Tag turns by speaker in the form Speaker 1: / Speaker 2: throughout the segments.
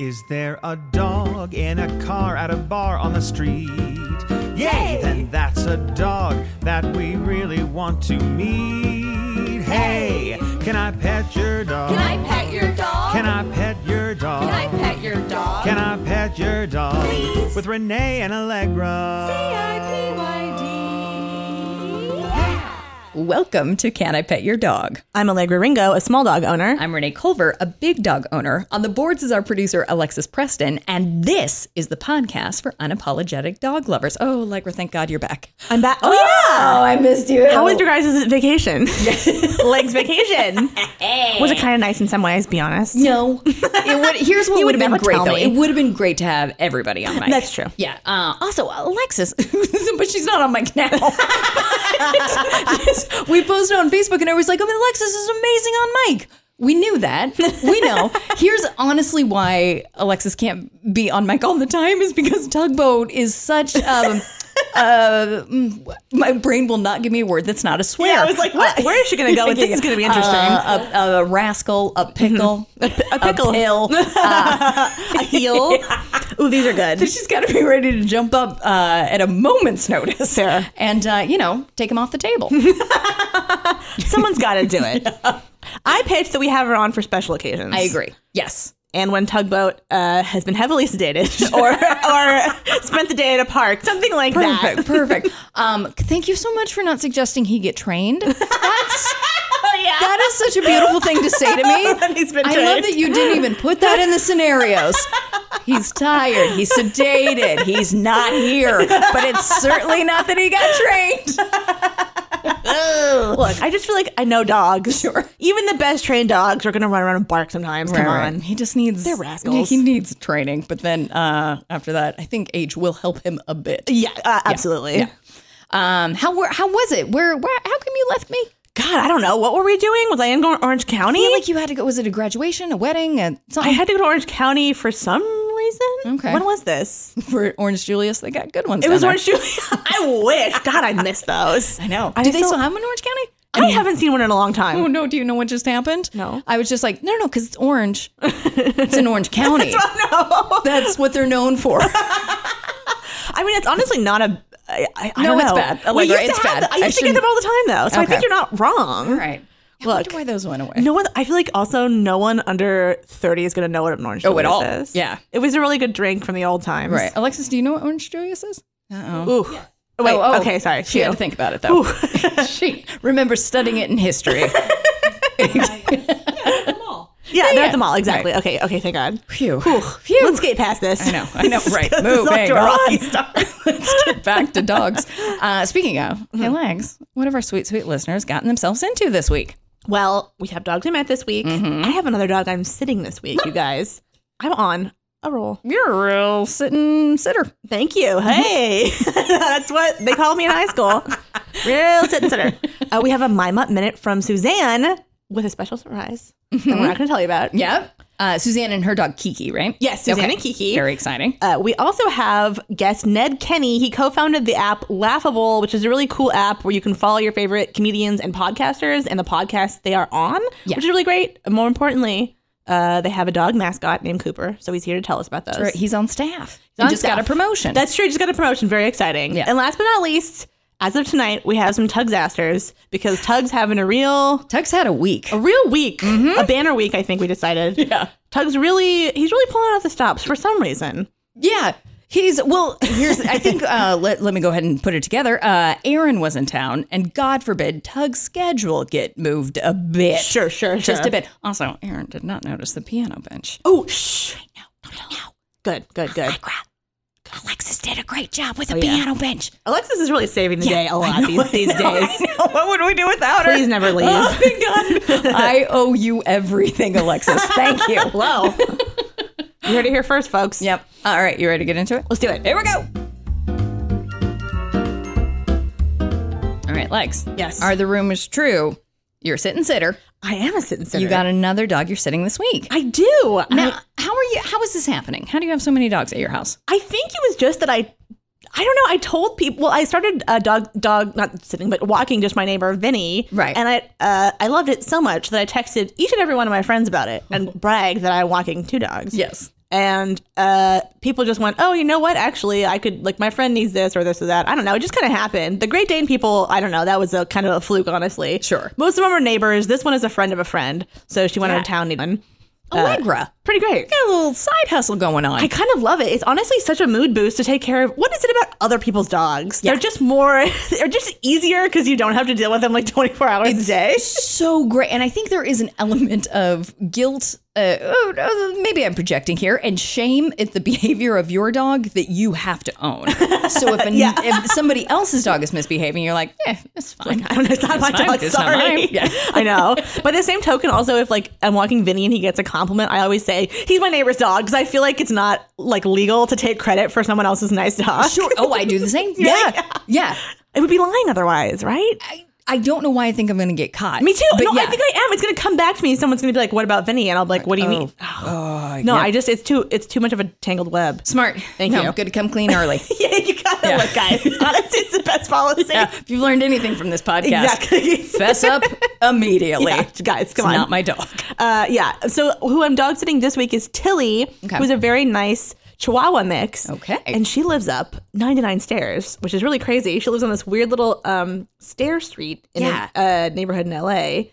Speaker 1: Is there a dog in a car at a bar on the street? Yay!
Speaker 2: Yay!
Speaker 1: Then that's a dog that we really want to meet. Hey, can I pet your dog?
Speaker 2: Can I pet your dog?
Speaker 1: Can I pet your dog?
Speaker 2: Can I pet your dog?
Speaker 1: Can I pet your dog?
Speaker 2: Please.
Speaker 1: With Renee and Allegra.
Speaker 2: C-I-P-Y-D. Yeah.
Speaker 3: Welcome to Can I Pet Your Dog?
Speaker 4: I'm Allegra Ringo, a small dog owner.
Speaker 3: I'm Renee Culver, a big dog owner. On the boards is our producer, Alexis Preston, and this is the podcast for unapologetic dog lovers. Oh, Allegra, thank God you're back.
Speaker 4: I'm back. Oh, yeah.
Speaker 3: Oh, I missed you.
Speaker 4: How was your guys' vacation? Legs vacation. Was it kind of nice in some ways, be honest?
Speaker 3: No. It would, here's what
Speaker 4: You
Speaker 3: would
Speaker 4: would
Speaker 3: have been
Speaker 4: never
Speaker 3: great,
Speaker 4: tell
Speaker 3: though.
Speaker 4: me.
Speaker 3: It would have been great to have everybody on mic.
Speaker 4: That's true.
Speaker 3: Yeah. Uh, also, Alexis, but she's not on mic now. Yes, we posted on Facebook, and I was like, "I mean, Alexis is amazing on mic." We knew that. We know. Here's honestly why Alexis can't be on mic all the time is because tugboat is such. Um, uh, mm, my brain will not give me a word that's not a swear.
Speaker 4: Yeah, I was like, what? where is she going to go with this? It's going to be interesting.
Speaker 3: Uh, a, a rascal, a pickle, Mm-hmm. a,
Speaker 4: pickle.
Speaker 3: pill. uh,
Speaker 4: a heel. Ooh, these are good.
Speaker 3: She's got to be ready to jump up uh, at a moment's notice
Speaker 4: Sarah.
Speaker 3: and, uh, you know, take him off the table.
Speaker 4: Someone's got to do it. I pitched that we have her on for special occasions.
Speaker 3: I agree. Yes.
Speaker 4: And when Tugboat uh, has been heavily sedated or or spent the day at a park, something like
Speaker 3: Perfect.
Speaker 4: that.
Speaker 3: Perfect. Um, thank you so much for not suggesting he get trained. That's. That is such a beautiful thing to say to me.
Speaker 4: He's been
Speaker 3: I love
Speaker 4: trained.
Speaker 3: that you didn't even put that in the scenarios. He's tired. He's sedated. He's not here. But it's certainly not that he got trained.
Speaker 4: Look, I just feel like I know dogs.
Speaker 3: Sure.
Speaker 4: Even the best trained dogs are going to run around and bark sometimes. Come on.
Speaker 3: He just needs
Speaker 4: They're rascals.
Speaker 3: He needs training, but then uh, after that, I think age will help him a bit.
Speaker 4: Yeah, uh, absolutely.
Speaker 3: Yeah. Um, how were how was it? Where where how come you left me?
Speaker 4: God, I don't know. What were we doing? Was I in Gor- Orange County?
Speaker 3: I feel like you had to go. Was it a graduation, a wedding, and
Speaker 4: I
Speaker 3: something
Speaker 4: had to go to Orange County for some reason.
Speaker 3: Okay.
Speaker 4: When was this?
Speaker 3: for Orange Julius? They got good ones.
Speaker 4: It was
Speaker 3: down
Speaker 4: Orange Julia. I wish. God, I miss those.
Speaker 3: there. I know.
Speaker 4: I
Speaker 3: Do they
Speaker 4: still-
Speaker 3: still have them in Orange County?
Speaker 4: I haven't seen one in a long time.
Speaker 3: Oh no! Do you know what just happened?
Speaker 4: No.
Speaker 3: I was just like, no, no, because it's orange. it's in Orange County. That's what, they're known for.
Speaker 4: I mean, it's honestly not a. I, I, I
Speaker 3: No,
Speaker 4: don't
Speaker 3: it's
Speaker 4: know.
Speaker 3: bad.
Speaker 4: We
Speaker 3: Allegra,
Speaker 4: used to
Speaker 3: it's
Speaker 4: have
Speaker 3: bad.
Speaker 4: the- I
Speaker 3: I
Speaker 4: used to get
Speaker 3: shouldn't-
Speaker 4: them all the time, though. So I
Speaker 3: Okay.
Speaker 4: think you're not wrong.
Speaker 3: All right. I
Speaker 4: Look.
Speaker 3: wonder why those went away.
Speaker 4: No one. I feel like also no one under thirty is going to know what an orange.
Speaker 3: Oh, at
Speaker 4: Julius
Speaker 3: all.
Speaker 4: Is.
Speaker 3: Yeah.
Speaker 4: It was a really good drink from the old times.
Speaker 3: Right, Alexis. Do you know what Orange Julius is?
Speaker 4: Ooh. Wait.
Speaker 3: Oh, oh.
Speaker 4: Okay. Sorry.
Speaker 3: She had to
Speaker 4: Phew.
Speaker 3: think about it though. she remember studying it in history.
Speaker 4: Yeah, they're
Speaker 3: yeah.
Speaker 4: at the mall. Exactly. Okay. Okay. Thank God.
Speaker 3: Phew.
Speaker 4: Phew. Let's get past this.
Speaker 3: I know, I know, right.
Speaker 4: This is
Speaker 3: Moving
Speaker 4: off to a rocky
Speaker 3: on.
Speaker 4: start.
Speaker 3: Let's get back to dogs. Uh, speaking of, hey
Speaker 4: Mm-hmm.
Speaker 3: Legs, what have our sweet, sweet listeners gotten themselves into this week?
Speaker 4: Well, we have dogs I met this week. I have another dog I'm sitting this week, you guys. I'm on a roll. Mm-hmm.
Speaker 3: You're a real sitting sitter.
Speaker 4: Thank you. Hey, that's what they called me in high school. Real sit and sitter. Uh, we have a My Mutt Minute from Suzanne with a special surprise that we're not going to tell you about.
Speaker 3: Yep. Uh, Suzanne and her dog Kiki, right?
Speaker 4: Yes, Suzanne
Speaker 3: Okay.
Speaker 4: and Kiki.
Speaker 3: Very exciting.
Speaker 4: Uh, we also have guest Ned Kenny. He co-founded the app Laughable, which is a really cool app where you can follow your favorite comedians and podcasters and the podcasts they are on,
Speaker 3: Yeah.
Speaker 4: which is really great. More importantly, uh, they have a dog mascot named Cooper, so he's here to tell us about those.
Speaker 3: Right, Uh, He's on staff. He
Speaker 4: on
Speaker 3: just got a
Speaker 4: staff.
Speaker 3: promotion.
Speaker 4: That's true. Just got a promotion. Very exciting.
Speaker 3: Yeah.
Speaker 4: And last but not least, as of tonight, we have some Tugsasters because Tug's having a real,
Speaker 3: Tug's had a week.
Speaker 4: a real week, a banner week. I think we decided. Mm-hmm. Yeah. Tug's really, he's really pulling out the stops for some reason.
Speaker 3: Yeah. He's well. Here's I think. Uh, let let me go ahead and put it together. Uh, Aaron was in town, and God forbid Tug's schedule get moved a bit.
Speaker 4: Sure, sure,
Speaker 3: just
Speaker 4: sure.
Speaker 3: a bit. Also, Aaron did not notice the piano bench.
Speaker 4: Oh, shh. Good, good, good.
Speaker 3: Alexis did a great job with a
Speaker 4: yeah.
Speaker 3: piano bench.
Speaker 4: Alexis is really saving the day a
Speaker 3: I
Speaker 4: lot
Speaker 3: know,
Speaker 4: these, these
Speaker 3: I know,
Speaker 4: days.
Speaker 3: I know. What would we do without her?
Speaker 4: Please never leave.
Speaker 3: Oh my God! I owe you everything, Alexis. Thank you.
Speaker 4: Hello. you heard it here first, folks.
Speaker 3: Yep. All right, you ready to get into it?
Speaker 4: Let's do it.
Speaker 3: Here we go. All right, Lex.
Speaker 4: Yes.
Speaker 3: Are the rumors true? You're a sit and sitter.
Speaker 4: I am a sit and sitter.
Speaker 3: You got another dog you're sitting this week.
Speaker 4: I do.
Speaker 3: Now, how are you? How is this happening? How do you have so many dogs at your house?
Speaker 4: I think it was just that I, I don't know. I told people. Well, I started uh, dog dog not sitting but walking just my neighbor Vinny.
Speaker 3: Right.
Speaker 4: And I uh, I loved it so much that I texted each and every one of my friends about it and bragged that I'm walking two dogs.
Speaker 3: Yes.
Speaker 4: And uh, people just went, oh, you know what? Actually, I could, like, my friend needs this or this or that. I don't know. It just kind of happened. The Great Dane people, I don't know. That was a kind of a fluke, honestly.
Speaker 3: Sure.
Speaker 4: Most of them are neighbors. This one is a friend of a friend. So she went
Speaker 3: Yeah.
Speaker 4: out of town, needed one.
Speaker 3: Allegra.
Speaker 4: Pretty great.
Speaker 3: Got a little side hustle going on.
Speaker 4: I kind of love it. It's honestly such a mood boost to take care of. What is it about other people's dogs?
Speaker 3: Yeah.
Speaker 4: They're just more, they're just easier because you don't have to deal with them like 24 hours a day.
Speaker 3: so great. And I think there is an element of guilt. Uh, oh, no, maybe I'm projecting here, and shame at the behavior of your dog that you have to own. So if, an,
Speaker 4: Yeah.
Speaker 3: if somebody else's dog is misbehaving, you're like, eh, it's fine.
Speaker 4: I don't know. It's not my
Speaker 3: fine,
Speaker 4: dog.
Speaker 3: it's not
Speaker 4: sorry.
Speaker 3: mine. Yeah.
Speaker 4: I know. By the same token, also, if like I'm walking Vinny and he gets a compliment, I always say he's my neighbor's dog because I feel like it's not like legal to take credit for someone else's nice dog.
Speaker 3: Sure. Oh, I do the same.
Speaker 4: Yeah.
Speaker 3: Yeah. Yeah.
Speaker 4: It would be lying otherwise, right?
Speaker 3: I, I don't know why I think I'm going to get caught.
Speaker 4: Me too.
Speaker 3: But
Speaker 4: no, I
Speaker 3: yeah.
Speaker 4: think I am. It's gonna come back to me. Someone's gonna be like, "What about Vinny?" And I'll be like, "What do
Speaker 3: Oh.
Speaker 4: you mean?" no, I just it's too it's too much of a tangled web.
Speaker 3: Smart.
Speaker 4: Thank
Speaker 3: No,
Speaker 4: you.
Speaker 3: Good to come clean early.
Speaker 4: yeah, you gotta
Speaker 3: Yeah.
Speaker 4: look, guys. Honestly, it's the best policy.
Speaker 3: yeah. If you've learned anything from this podcast,
Speaker 4: Exactly.
Speaker 3: fess up immediately.
Speaker 4: Yeah, guys,
Speaker 3: It's
Speaker 4: come on.
Speaker 3: not my dog.
Speaker 4: Uh, yeah. So who I'm dog sitting this week is Tilly,
Speaker 3: Okay.
Speaker 4: who's a very nice Chihuahua mix.
Speaker 3: Okay.
Speaker 4: And she lives up 99 stairs, which is really crazy. She lives on this weird little um, stair street in
Speaker 3: Yeah.
Speaker 4: a uh, neighborhood in LA.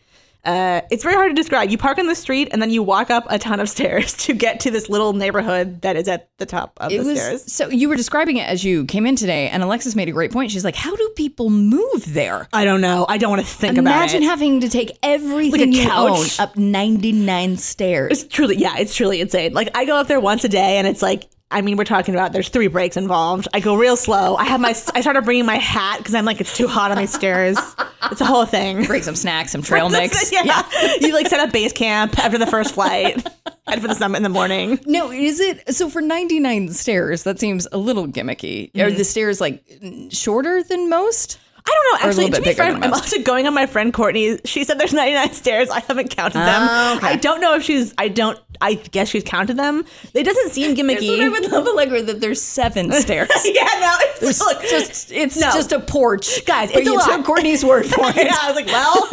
Speaker 4: Uh, it's very hard to describe. You park on the street and then you walk up a ton of stairs to get to this little neighborhood that is at the top of
Speaker 3: It
Speaker 4: the
Speaker 3: was
Speaker 4: stairs.
Speaker 3: so you were describing it as you came in today, and Alexis made a great point. She's like, "How do people move there?"
Speaker 4: I don't know. I don't want to think
Speaker 3: Imagine having to take everything you own
Speaker 4: couch.
Speaker 3: up ninety nine stairs.
Speaker 4: It's truly, yeah, it's truly insane. Like I go up there once a day, and it's like, I mean, we're talking about there's three breaks involved. I go real slow. I have my, I started bringing my hat because I'm like, it's too hot on these stairs. It's a whole thing.
Speaker 3: Bring some snacks, some trail mix.
Speaker 4: yeah. you like set up base camp after the first flight, head for the summit in the morning.
Speaker 3: No, is it so for ninety nine stairs? That seems a little gimmicky. Are the stairs like shorter than most?
Speaker 4: I don't know.
Speaker 3: Or a little
Speaker 4: Actually,
Speaker 3: bit
Speaker 4: to be
Speaker 3: bigger
Speaker 4: fair,
Speaker 3: than
Speaker 4: I'm
Speaker 3: most.
Speaker 4: also going on my friend Courtney. She said there's 99 stairs. I haven't counted them.
Speaker 3: Oh, okay.
Speaker 4: I don't know if she's. I don't. I guess she's counted them. It doesn't seem
Speaker 3: That's what
Speaker 4: gimmicky.
Speaker 3: I would love, Allegra, that there's seven stairs.
Speaker 4: yeah, no. It's,
Speaker 3: It's
Speaker 4: look,
Speaker 3: just it's
Speaker 4: No.
Speaker 3: just a porch,
Speaker 4: Guys,
Speaker 3: But
Speaker 4: it's a
Speaker 3: you
Speaker 4: lot.
Speaker 3: took Courtney's word for it.
Speaker 4: Yeah, I was like, well,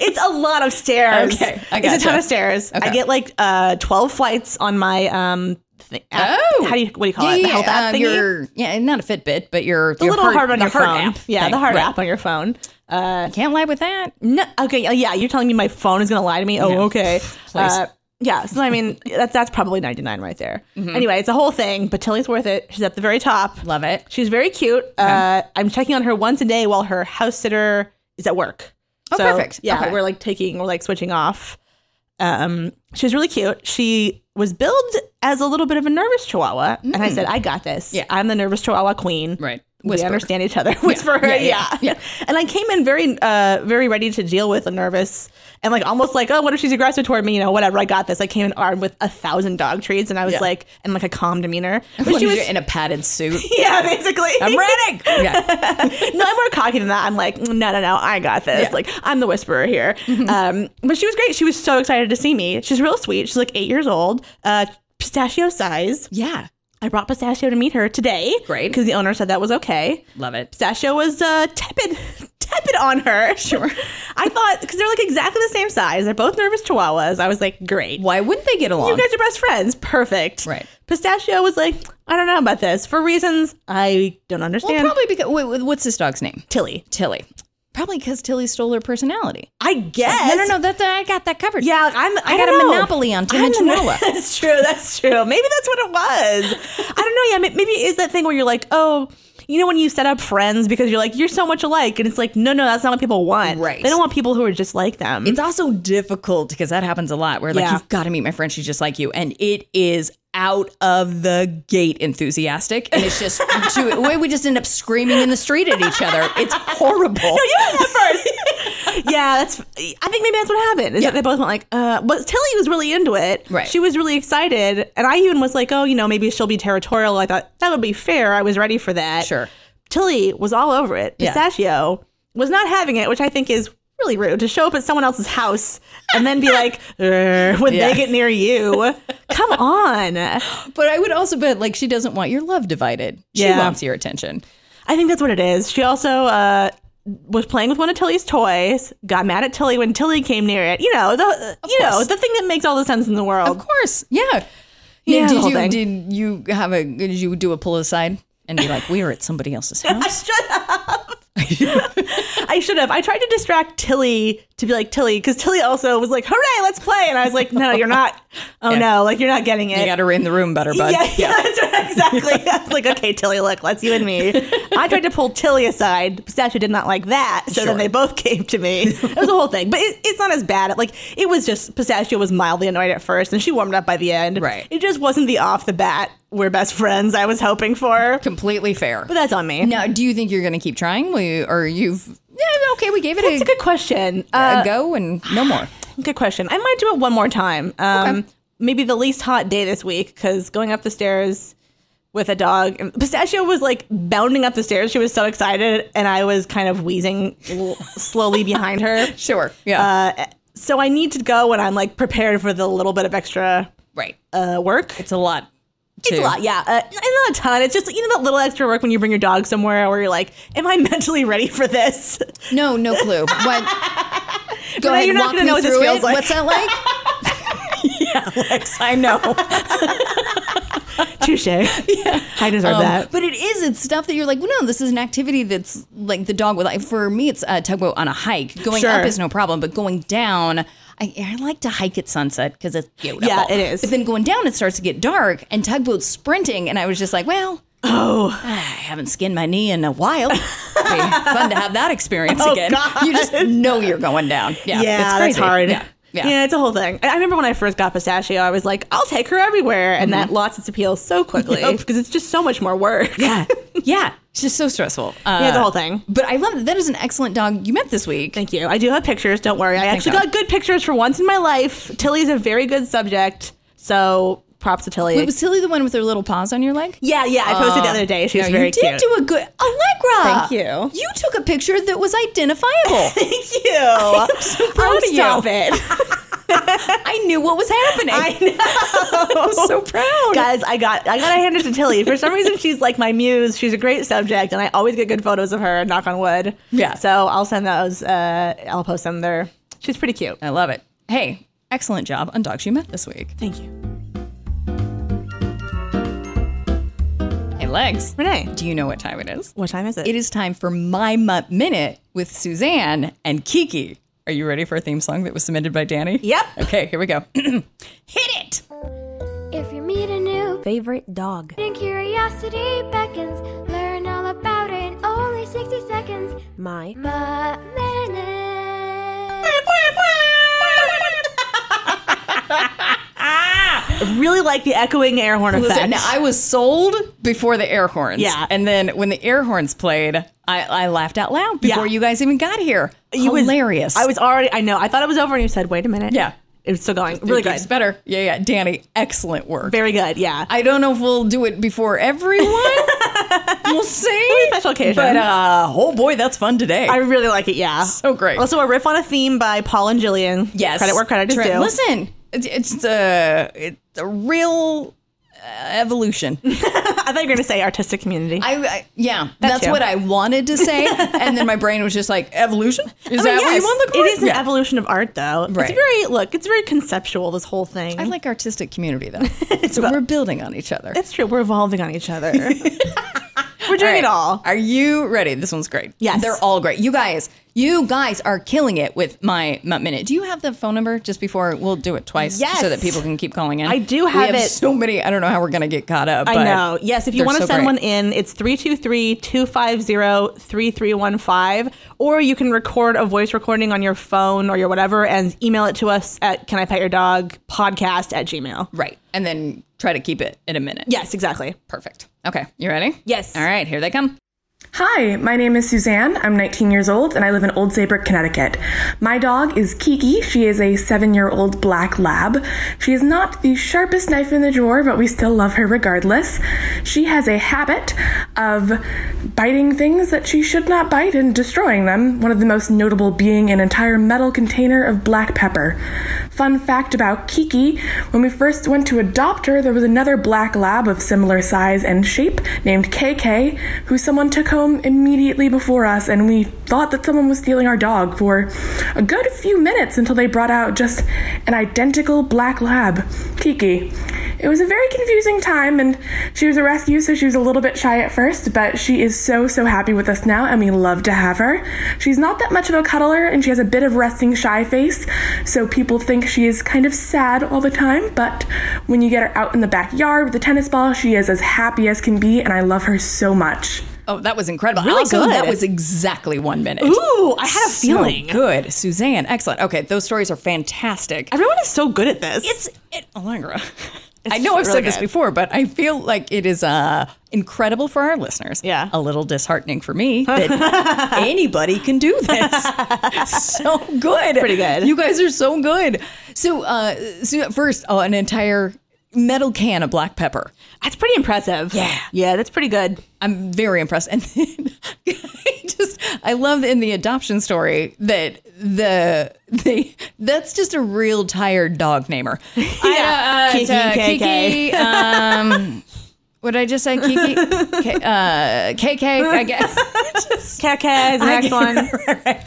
Speaker 4: it's a lot of stairs.
Speaker 3: Okay, I
Speaker 4: it's
Speaker 3: gotcha.
Speaker 4: a ton of stairs.
Speaker 3: Okay.
Speaker 4: I get like uh, twelve flights on my um. Th- app.
Speaker 3: Oh.
Speaker 4: how do you what do you call
Speaker 3: yeah,
Speaker 4: it?
Speaker 3: yeah,
Speaker 4: The health app
Speaker 3: uh,
Speaker 4: thingy.
Speaker 3: your yeah, not a Fitbit, but your
Speaker 4: the
Speaker 3: your
Speaker 4: little
Speaker 3: heart,
Speaker 4: hard on
Speaker 3: the
Speaker 4: your
Speaker 3: heart
Speaker 4: phone.
Speaker 3: App
Speaker 4: yeah,
Speaker 3: thing.
Speaker 4: the hard
Speaker 3: Right.
Speaker 4: app on your phone. Uh,
Speaker 3: Can't lie with that.
Speaker 4: no, okay, uh, yeah, you're telling me my phone is gonna lie to me. Oh,
Speaker 3: Yeah.
Speaker 4: okay.
Speaker 3: Please.
Speaker 4: Uh, yeah, so I mean that's that's probably 99 right there.
Speaker 3: Mm-hmm.
Speaker 4: Anyway, it's a whole thing, but Tilly's worth it. She's at the very top.
Speaker 3: Love it.
Speaker 4: She's very cute. Uh, I'm checking on her once a day while her house sitter is at work.
Speaker 3: Oh, perfect.
Speaker 4: Yeah,
Speaker 3: Okay.
Speaker 4: we're like taking, we're like switching off. Um, she was really cute. She was billed as a little bit of a nervous chihuahua, and I said, "I got this.
Speaker 3: Mm. Yeah.
Speaker 4: I'm the nervous chihuahua queen.
Speaker 3: Right.
Speaker 4: We
Speaker 3: Whisper.
Speaker 4: understand each other. Whisper.
Speaker 3: Yeah,
Speaker 4: Yeah,
Speaker 3: yeah,
Speaker 4: yeah,
Speaker 3: yeah.
Speaker 4: And I came in very, uh, very ready to deal with a nervous and like almost like, oh, what if she's aggressive toward me? You know, whatever. I got this. I came in armed with a thousand dog treats, and I was
Speaker 3: Yeah.
Speaker 4: like, and like a calm demeanor. But
Speaker 3: When
Speaker 4: she was,
Speaker 3: you're in a padded suit.
Speaker 4: yeah, basically.
Speaker 3: I'm ready. Yeah.
Speaker 4: no, I'm more cocky than that. I'm like, no, no, no, I got this.
Speaker 3: Yeah. Mm-hmm.
Speaker 4: Like, I'm the whisperer here. Um, but she was great. She was so excited to see me. She's real sweet. She's like eight years old, uh, pistachio size.
Speaker 3: Yeah.
Speaker 4: I brought pistachio to meet her today.
Speaker 3: Great.
Speaker 4: Because the owner said that was okay.
Speaker 3: Love it.
Speaker 4: Pistachio was uh, tepid, tepid on her. Sure. I thought, because they're like exactly the same size. They're both nervous chihuahuas. I was like, great.
Speaker 3: Why wouldn't they get along?
Speaker 4: You guys are best friends. Perfect.
Speaker 3: Right.
Speaker 4: Pistachio was like, I don't know about this for reasons I don't
Speaker 3: well,
Speaker 4: understand.
Speaker 3: probably because wait, wait, what's this dog's name?
Speaker 4: Tilly.
Speaker 3: Tilly. Probably because Tilly stole her personality.
Speaker 4: I guess.
Speaker 3: No, no, no. That, that- I got that covered.
Speaker 4: Yeah, like, I'm. I,
Speaker 3: got
Speaker 4: don't
Speaker 3: a
Speaker 4: know.
Speaker 3: monopoly on Tim
Speaker 4: I'm
Speaker 3: and
Speaker 4: the-
Speaker 3: Chihuahua.
Speaker 4: That's true. That's true. Maybe that's what it was. I don't know. Yeah, ma- maybe it is that thing where you're like, oh, you know, when you set up friends because you're like, you're so much alike, and it's like, no, no, that's not what people want.
Speaker 3: Right.
Speaker 4: They don't want people who are just like them.
Speaker 3: It's also difficult because that happens a lot where like
Speaker 4: Yeah.
Speaker 3: you've got to meet my friend, she's just like you. And it is out of the gate enthusiastic. And it's just to way we just end up screaming in the street at each other. It's horrible.
Speaker 4: yeah, first. yeah, that's. I think maybe that's what happened. Is
Speaker 3: Yeah.
Speaker 4: that they both went like, uh, but Tilly was really into it.
Speaker 3: Right.
Speaker 4: She was really excited, and I even was like, oh, you know, maybe she'll be territorial. I thought that would be fair. I was ready for that.
Speaker 3: Sure.
Speaker 4: Tilly was all over it.
Speaker 3: Yeah.
Speaker 4: Pistachio was not having it, which I think is really rude to show up at someone else's house and then be like, "Er, when
Speaker 3: Yeah.
Speaker 4: they get near you, come on.
Speaker 3: But I would also bet like she doesn't want your love divided. She
Speaker 4: Yeah.
Speaker 3: wants your attention.
Speaker 4: I think that's what it is. She also uh, was playing with one of Tilly's toys. Got mad at Tilly when Tilly came near it. You know the you know
Speaker 3: course.
Speaker 4: the thing that makes all the sense in the
Speaker 3: Of
Speaker 4: world.
Speaker 3: course. Yeah.
Speaker 4: Yeah, the
Speaker 3: did
Speaker 4: whole
Speaker 3: you
Speaker 4: thing.
Speaker 3: did you have a did you do a pull aside and be like, we are at somebody else's house?
Speaker 4: I should have. I tried to distract Tilly to be like Tilly because Tilly also was like, "Hooray, let's play!" And I was like, "No, you're not. Oh no, like you're not getting it."
Speaker 3: You got to rein the room better, bud.
Speaker 4: yeah, yeah, that's right, exactly. I was like, okay, Tilly, look, let's you and me. I tried to pull Tilly aside. Pistachio did not like that, so
Speaker 3: Sure.
Speaker 4: then they both came to me. It was a whole thing, but it, it's not as bad. Like it was just Pistachio was mildly annoyed at first, and she warmed up by the end.
Speaker 3: Right.
Speaker 4: It just wasn't the off the bat we're best friends I was hoping for.
Speaker 3: Completely fair.
Speaker 4: But that's on me.
Speaker 3: Now, do you think you're going to keep trying? Will you, or you've yeah, okay, we gave it
Speaker 4: That's
Speaker 3: a,
Speaker 4: a good question.
Speaker 3: a
Speaker 4: Uh,
Speaker 3: go and no more.
Speaker 4: Good question. I might do it one more time. Um,
Speaker 3: Okay.
Speaker 4: Maybe the least hot day this week because going up the stairs with a dog. And Pistachio was like bounding up the stairs. She was so excited, and I was kind of wheezing l- slowly behind her.
Speaker 3: Sure. Yeah.
Speaker 4: Uh, so I need to go when I'm like prepared for the little bit of extra
Speaker 3: right.
Speaker 4: uh, work.
Speaker 3: It's a lot.
Speaker 4: It's a
Speaker 3: to-
Speaker 4: lot, yeah. Uh, and not a ton. It's just you know that little extra work when you bring your dog somewhere, where you're like, "Am I mentally ready for this?"
Speaker 3: No, no clue. What?
Speaker 4: Renee,
Speaker 3: Go ahead.
Speaker 4: you're not
Speaker 3: walk
Speaker 4: gonna
Speaker 3: me
Speaker 4: know what this
Speaker 3: through
Speaker 4: feels
Speaker 3: it.
Speaker 4: like.
Speaker 3: What's that like?
Speaker 4: I know. Touche. I deserve that.
Speaker 3: Um, But it is. It's stuff that you're like, well, no, this is an activity that's like the dog would like. For me, it's a tugboat on a hike. Going
Speaker 4: Sure.
Speaker 3: up is no problem, but going down, I, I like to hike at sunset because it's beautiful.
Speaker 4: Yeah, it is.
Speaker 3: But then going down, it starts to get dark, and tugboat's sprinting, and I was just like, well.
Speaker 4: Oh.
Speaker 3: I haven't skinned my knee in a while. It'd be fun to have that experience
Speaker 4: Oh,
Speaker 3: again.
Speaker 4: God.
Speaker 3: You just know you're going down. Yeah, it's
Speaker 4: yeah,
Speaker 3: crazy.
Speaker 4: that's hard.
Speaker 3: Yeah, yeah.
Speaker 4: it's a whole thing. I I remember when I first got pistachio, I was like, I'll take her everywhere, and
Speaker 3: Mm-hmm.
Speaker 4: that lost its appeal so quickly because it's just so much more work.
Speaker 3: Yeah. Yeah. It's just so stressful. Uh,
Speaker 4: Yeah, the whole thing.
Speaker 3: But I love that. That is an excellent dog you met this week.
Speaker 4: Thank you. I do have pictures. Don't worry. I actually
Speaker 3: God.
Speaker 4: got good pictures for once in my life. Tilly's a very good subject, so props to Tilly.
Speaker 3: Wait, was Tilly the one with her little paws on your leg?
Speaker 4: yeah, yeah. I posted the other day. She was very
Speaker 3: you did
Speaker 4: cute.
Speaker 3: do a good Allegra.
Speaker 4: Thank you.
Speaker 3: You took a picture that was identifiable.
Speaker 4: Thank you. I'm so
Speaker 3: proud of you.
Speaker 4: Stop it.
Speaker 3: I knew what was happening. I
Speaker 4: know.
Speaker 3: am so proud.
Speaker 4: Guys, I got I gotta hand it to Tilly. For some reason, she's like my muse. She's a great subject, and I always get good photos of her. Knock on wood.
Speaker 3: Yeah.
Speaker 4: So I'll send those. Uh, I'll post them there. She's pretty cute.
Speaker 3: I love it. Hey, excellent job on dogs you met this week.
Speaker 4: Thank you,
Speaker 3: Hey, Legs.
Speaker 4: Renee.
Speaker 3: Do you know what time it is?
Speaker 4: What time is it?
Speaker 3: It is time for My Mutt Minute with Suzanne and Kiki. Are you ready for a theme song that was submitted by Danny?
Speaker 4: Yep.
Speaker 3: Okay, here we go. Hit it.
Speaker 5: If you meet a new
Speaker 6: favorite dog.
Speaker 5: and curiosity beckons, learn all about it in only 60 seconds.
Speaker 6: My
Speaker 5: My minute.
Speaker 4: I really like the echoing air horn
Speaker 3: Listen,
Speaker 4: effect.
Speaker 3: now I was sold before the air horns.
Speaker 4: Yeah.
Speaker 3: And then when the air horns played, I, I laughed out loud before
Speaker 4: Yeah.
Speaker 3: you guys even got here.
Speaker 4: You was-
Speaker 3: Hilarious.
Speaker 4: I was already. I know. I thought it was over, and you said, "Wait a minute."
Speaker 3: Yeah.
Speaker 4: It was still going.
Speaker 3: It
Speaker 4: really good.
Speaker 3: gets better. Yeah, yeah. Danny, excellent work.
Speaker 4: Very good. Yeah.
Speaker 3: I don't know if we'll do it before everyone. we'll see.
Speaker 4: special occasion.
Speaker 3: But uh, oh boy, that's fun today.
Speaker 4: I really like it. Yeah.
Speaker 3: So great.
Speaker 4: Also, a riff on a theme by Paul and Jillian.
Speaker 3: Yes.
Speaker 4: Credit where credit is
Speaker 3: Tre-
Speaker 4: due.
Speaker 3: Listen, it's, it's a it's a real uh, evolution.
Speaker 4: I thought you were going to say artistic community.
Speaker 3: I, I yeah, that's
Speaker 4: too.
Speaker 3: what I wanted to say, and then my brain was just like evolution. Is
Speaker 4: I mean,
Speaker 3: that what
Speaker 4: Oh, yes,
Speaker 3: you want the
Speaker 4: It
Speaker 3: chord?
Speaker 4: is an
Speaker 3: Yeah.
Speaker 4: evolution of art, though.
Speaker 3: Right.
Speaker 4: It's very look. It's very conceptual. This whole thing.
Speaker 3: I like artistic community though. so we're building on each other.
Speaker 4: It's true. We're evolving on each other. We're doing it all.
Speaker 3: Are you ready? This one's great.
Speaker 4: Yes.
Speaker 3: They're all great. You guys, you guys are killing it with my Mutt Minute. Do you have the phone number just before we'll do it twice
Speaker 4: Yes.
Speaker 3: so that people can keep calling in?
Speaker 4: I do
Speaker 3: We
Speaker 4: have it.
Speaker 3: so many. I don't know how we're going to get caught up.
Speaker 4: I
Speaker 3: but
Speaker 4: know. Yes, if you
Speaker 3: they're
Speaker 4: want to
Speaker 3: so
Speaker 4: send
Speaker 3: great.
Speaker 4: one in, it's 323-250-3315 or you can record a voice recording on your phone or your whatever and email it to us at can I pet your dog podcast at gmail.
Speaker 3: Right. And then try to keep it in a minute.
Speaker 4: Yes, exactly.
Speaker 3: Perfect. Okay. You ready?
Speaker 4: Yes.
Speaker 3: All right. Here they come.
Speaker 7: Hi, my name is Suzanne. I'm 19 years old and I live in Old Saybrook, Connecticut. My dog is Kiki. She is a seven year old black lab. She is not the sharpest knife in the drawer, but we still love her regardless. She has a habit of biting things that she should not bite and destroying them, one of the most notable being an entire metal container of black pepper. Fun fact about Kiki when we first went to adopt her, there was another black lab of similar size and shape named KK, who someone took home immediately before us, and we thought that someone was stealing our dog for a good few minutes until they brought out just an identical black lab, Kiki. It was a very confusing time, and she was a rescue, so she was a little bit shy at first, but she is so, so happy with us now, and we love to have her. She's not that much of a cuddler, and she has a bit of resting shy face, so people think she is kind of sad all the time, but when you get her out in the backyard with a tennis ball, she is as happy as can be, and I love her so much.
Speaker 3: Oh, that was incredible.
Speaker 4: Really
Speaker 3: also, that
Speaker 4: good.
Speaker 3: was exactly one minute.
Speaker 4: Ooh, I had a
Speaker 3: So
Speaker 4: feeling.
Speaker 3: good. Suzanne, excellent. Okay, those stories are fantastic.
Speaker 4: Everyone is so good at this.
Speaker 3: It's it, Allegra. I know I've
Speaker 4: really
Speaker 3: said this
Speaker 4: good.
Speaker 3: before, but I feel like it is uh, incredible for our listeners.
Speaker 4: Yeah.
Speaker 3: A little disheartening for me that anybody can do this. so good.
Speaker 4: Pretty good.
Speaker 3: You guys are so good. So, uh, so first, oh, an entire metal can of black pepper.
Speaker 4: that's pretty impressive. Yeah. Yeah, that's pretty good.
Speaker 3: I'm very impressed. And then I just I love in the adoption story that the they that's just a real tired dog namer. I, uh,
Speaker 4: Kiki,
Speaker 3: uh,
Speaker 4: KK.
Speaker 3: Kiki, um, what did I just say? Kiki, K, uh, KK, I guess.
Speaker 4: KK is the next one.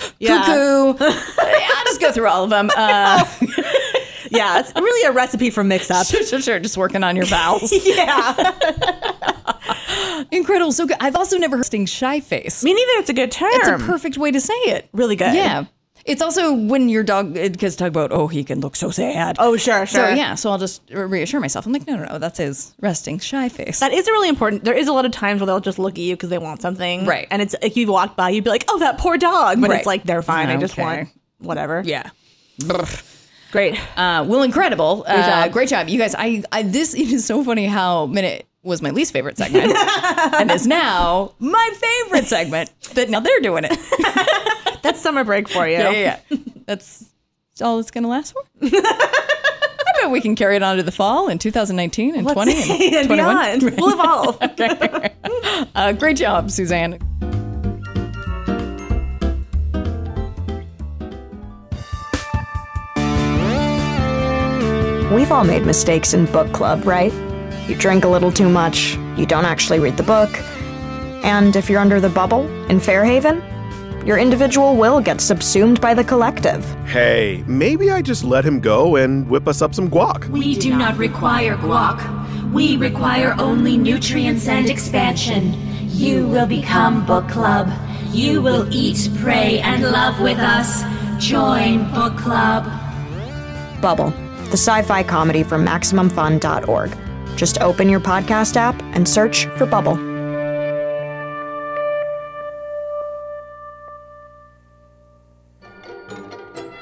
Speaker 4: Yeah.
Speaker 3: Cuckoo. I'll just go through all of them. Uh,
Speaker 4: Yeah, it's really a recipe for mix up.
Speaker 3: sure, sure, sure. Just working on your vowels.
Speaker 4: yeah.
Speaker 3: Incredible. So good. I've also never heard sting shy face.
Speaker 4: Me neither. It's a good term.
Speaker 3: It's a perfect way to say it.
Speaker 4: Really good.
Speaker 3: Yeah. It's also when your dog, because tugboat, oh, he can look so sad.
Speaker 4: Oh, sure,
Speaker 3: So
Speaker 4: sure.
Speaker 3: yeah, so I'll just reassure myself. I'm like, no, no, no, that's his resting shy face.
Speaker 4: That is a really important. There is a lot of times where they'll just look at you because they want something.
Speaker 3: Right.
Speaker 4: And it's like you walk by, you'd be like, oh, that poor dog. But
Speaker 3: Right.
Speaker 4: it's like, they're fine. I just
Speaker 3: Okay.
Speaker 4: want whatever.
Speaker 3: yeah.
Speaker 4: Great.
Speaker 3: Uh, well, incredible. Great Uh,
Speaker 4: job.
Speaker 3: great job, you guys. I, I this it is so funny how minute was my least favorite segment and is now my favorite segment. But now they're doing it.
Speaker 4: That's summer break for you.
Speaker 3: Yeah, yeah, yeah. That's all it's going to last for. I bet we can carry it on to the fall in 2019 and
Speaker 4: Let's
Speaker 3: 20
Speaker 4: see,
Speaker 3: and
Speaker 4: and
Speaker 3: 21.
Speaker 4: beyond. We'll evolve.
Speaker 3: Uh, great job, Suzanne.
Speaker 6: We've all made mistakes in book club, right? You drink a little too much, you don't actually read the book, and if you're under the bubble in Fairhaven, your individual will gets subsumed by the collective.
Speaker 8: Hey, maybe I just let him go and whip us up some guac.
Speaker 9: We do not require guac. We require only nutrients and expansion. You will become book club. You will eat, pray, and love with us. Join book club.
Speaker 6: Bubble, the sci fi comedy from MaximumFun.org. Just open your podcast app and search for Bubble.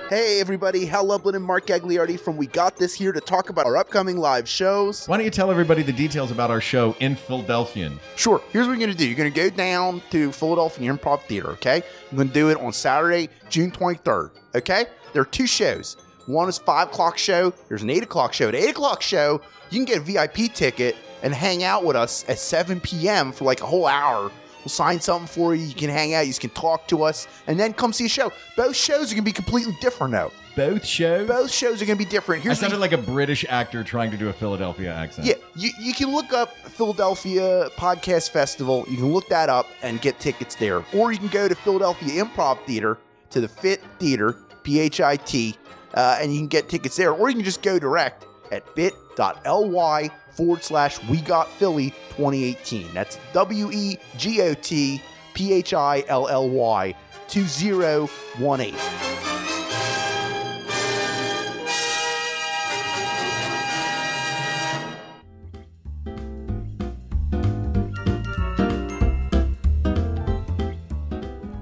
Speaker 1: Hey everybody, Hal Lublin and Mark Gagliardi from We Got This here to talk about our upcoming live shows.
Speaker 10: Why don't you tell everybody the details about our show in Philadelphian?
Speaker 1: Sure, here's what you're gonna do. You're gonna go down to Philadelphia Improv Theater, okay? I'm gonna do it on Saturday, June 23rd, okay? There are two shows. One is five o'clock show. There's an eight o'clock show. The eight o'clock show, you can get a VIP ticket and hang out with us at 7 p.m. for like a whole hour. We'll sign something for you. You can hang out. You can talk to us, and then come see a show. Both shows are gonna be completely different, though.
Speaker 10: Both shows?
Speaker 1: Both shows are gonna be different.
Speaker 10: I
Speaker 1: Here's what you-
Speaker 10: sounded like a British actor trying to do a Philadelphia accent.
Speaker 1: Yeah, you, you can look up Philadelphia Podcast Festival. You can look that up and get tickets there. Or you can go to Philadelphia Improv Theater, to the FIT Theater, P H I T, uh, and you can get tickets there. Or you can just go direct at bit.ly forward slash We Got Philly 2018. That's W E G O T P H I L L Y 2018.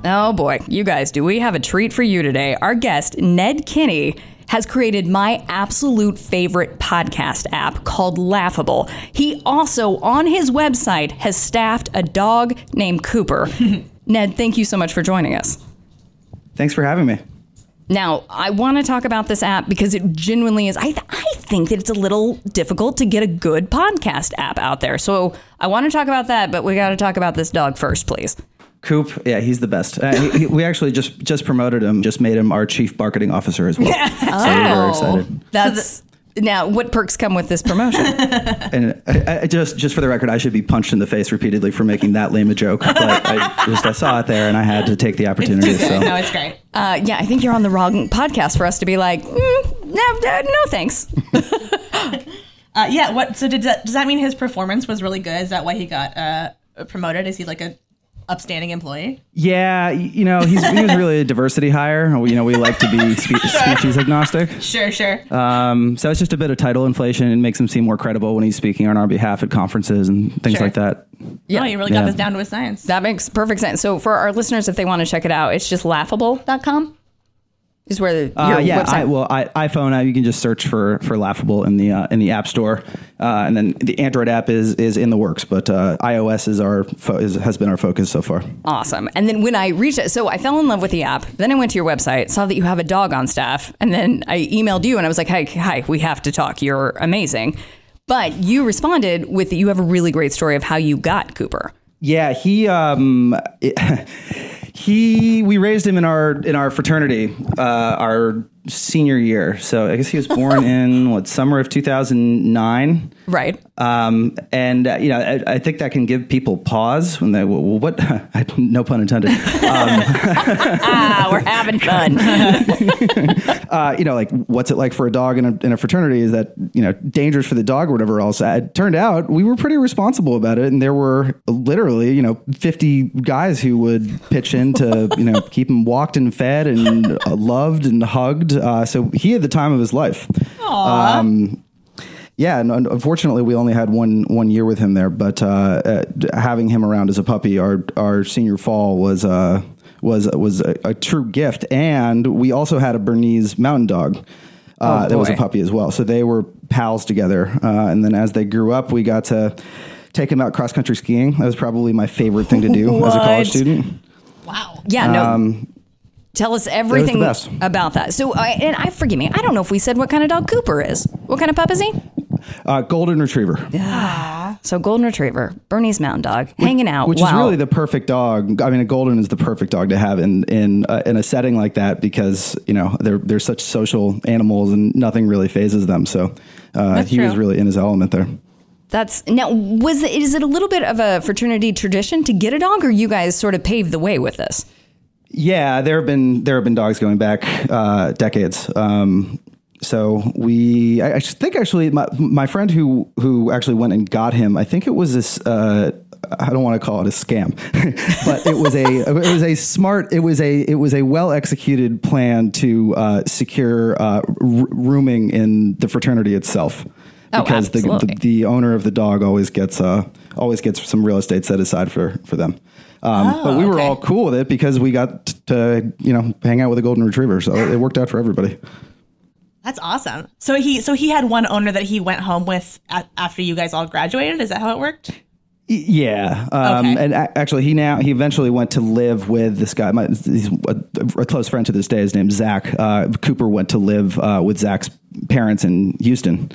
Speaker 3: Oh boy, you guys, do we have a treat for you today? Our guest, Ned Kinney, has created my absolute favorite podcast app called Laughable. He also, on his website, has staffed a dog named Cooper. Ned, thank you so much for joining us.
Speaker 11: Thanks for having me.
Speaker 3: Now, I want to talk about this app because it genuinely is. I, I think that it's a little difficult to get a good podcast app out there. So I want to talk about that, but we got to talk about this dog first, please.
Speaker 11: Coop, yeah, he's the best. Uh, he- he- we actually just just promoted him, just made him our chief marketing officer as well. So we're very excited.
Speaker 3: That's Oh. now what perks come with this promotion.
Speaker 11: And I, I just just for the record, I should be punched in the face repeatedly for making that lame a joke, but I just I saw it there and I had to take the opportunity. So
Speaker 4: it's great.
Speaker 3: uh, yeah, I think you're uh, on the wrong podcast for us to be like, mm, no, no, no, thanks.
Speaker 4: Uh, yeah. What? So did that, does that mean his performance was really good? Is that why he got uh, promoted? Is he like a upstanding employee?
Speaker 11: Uh,
Speaker 1: Yeah, y- you know, he's, he was really a diversity hire. You know, we like to be spe- species agnostic.
Speaker 4: Sure, sure.
Speaker 1: Um, so it's just a bit of title inflation and makes him seem more credible when he's speaking on our behalf at conferences and things
Speaker 4: Sure.
Speaker 1: like that.
Speaker 4: Yeah, you really
Speaker 1: Yeah.
Speaker 4: got this down to a science.
Speaker 3: That makes perfect sense. So for our listeners, if they want to check it out, it's just laughable.com is where the,
Speaker 1: Uh,
Speaker 3: your
Speaker 1: yeah,
Speaker 3: website.
Speaker 1: I, well, I, iPhone, uh, you can just search for for Laughable in the uh, in the App Store, uh, and then the Android app is is in the works, but uh, iOS is our fo- is, has been our focus so far.
Speaker 3: Awesome. And then when I reached it, so I fell in love with the app. Then I went to your website, saw that you have a dog on staff, and then I emailed you and I was like, "Hi, hi, we have to talk. You're amazing." But you responded with that you have a really great story of how you got Cooper.
Speaker 1: Yeah, he um it- he we raised him in our in our fraternity uh our senior year. So I guess he was born in what summer of 2009.
Speaker 3: Right.
Speaker 1: Um and uh, you know I, I think that can give people pause when they well, what I, no pun intended.
Speaker 3: ah, we're having fun.
Speaker 1: uh, you know, like what's it like for a dog in a, in a fraternity? Is that you know dangerous for the dog or whatever else? Uh, It turned out we were pretty responsible about it, and there were literally you know fifty guys who would pitch in to you know keep him walked and fed and uh, loved and hugged. Uh, so he had the time of his life.
Speaker 4: Aw.
Speaker 1: Um, yeah, and un- unfortunately, we only had one one year with him there. But uh, uh, d- having him around as a puppy, our our senior fall was uh, was was a, a true gift, and we also had a Bernese Mountain Dog. Uh,
Speaker 11: Oh,
Speaker 1: that was a
Speaker 11: boy.
Speaker 1: puppy as well. So they were pals together. Uh, and then as they grew up, we got to take him out cross country skiing. That was probably my favorite thing to do as a
Speaker 3: What?
Speaker 1: college student.
Speaker 3: Yeah, no.
Speaker 1: Um,
Speaker 3: Tell us everything
Speaker 1: best.
Speaker 3: about that. So, I, and I forgive me, I don't know if we said what kind of dog Cooper is. What kind of pup is he?
Speaker 1: uh, golden retriever.
Speaker 3: So, golden retriever, Bernie's mountain dog, hanging out.
Speaker 1: which
Speaker 3: wow.
Speaker 1: is really the perfect dog. I mean, a golden is the perfect dog to have in in uh, in a setting like that because you know they're they're such social animals and nothing really phases them. So uh,
Speaker 3: That's
Speaker 1: he was
Speaker 3: true.
Speaker 1: really in his element there.
Speaker 3: That's now was it, is it a little bit of a fraternity tradition to get a dog, or you guys sort of paved the way with this?
Speaker 1: Yeah, there have been there have been dogs going back uh, decades. Um, so we, I, I think actually, my, my friend who who actually went and got him, I think it was this. Uh, I don't want to call it a scam, but it was a it was a smart it was a it was a well executed plan to uh, secure uh, r- rooming in the fraternity itself.
Speaker 3: Oh,
Speaker 1: Because the, the
Speaker 3: absolutely.
Speaker 1: the owner of the dog always gets uh always gets some real estate set aside for for them. Um,
Speaker 3: Oh.
Speaker 1: but we were all cool with it because we got t- to you know hang out with a golden retriever, so it worked out for everybody.
Speaker 4: That's awesome. So he so he had one owner that he went home with a after you guys all graduated. Is that how it worked?
Speaker 1: Y- Yeah, um, and a- actually, he now he eventually went to live with this guy. My, he's a, a close friend to this day. His name's Zach. Uh, Cooper went to live uh, with Zach's parents in Houston.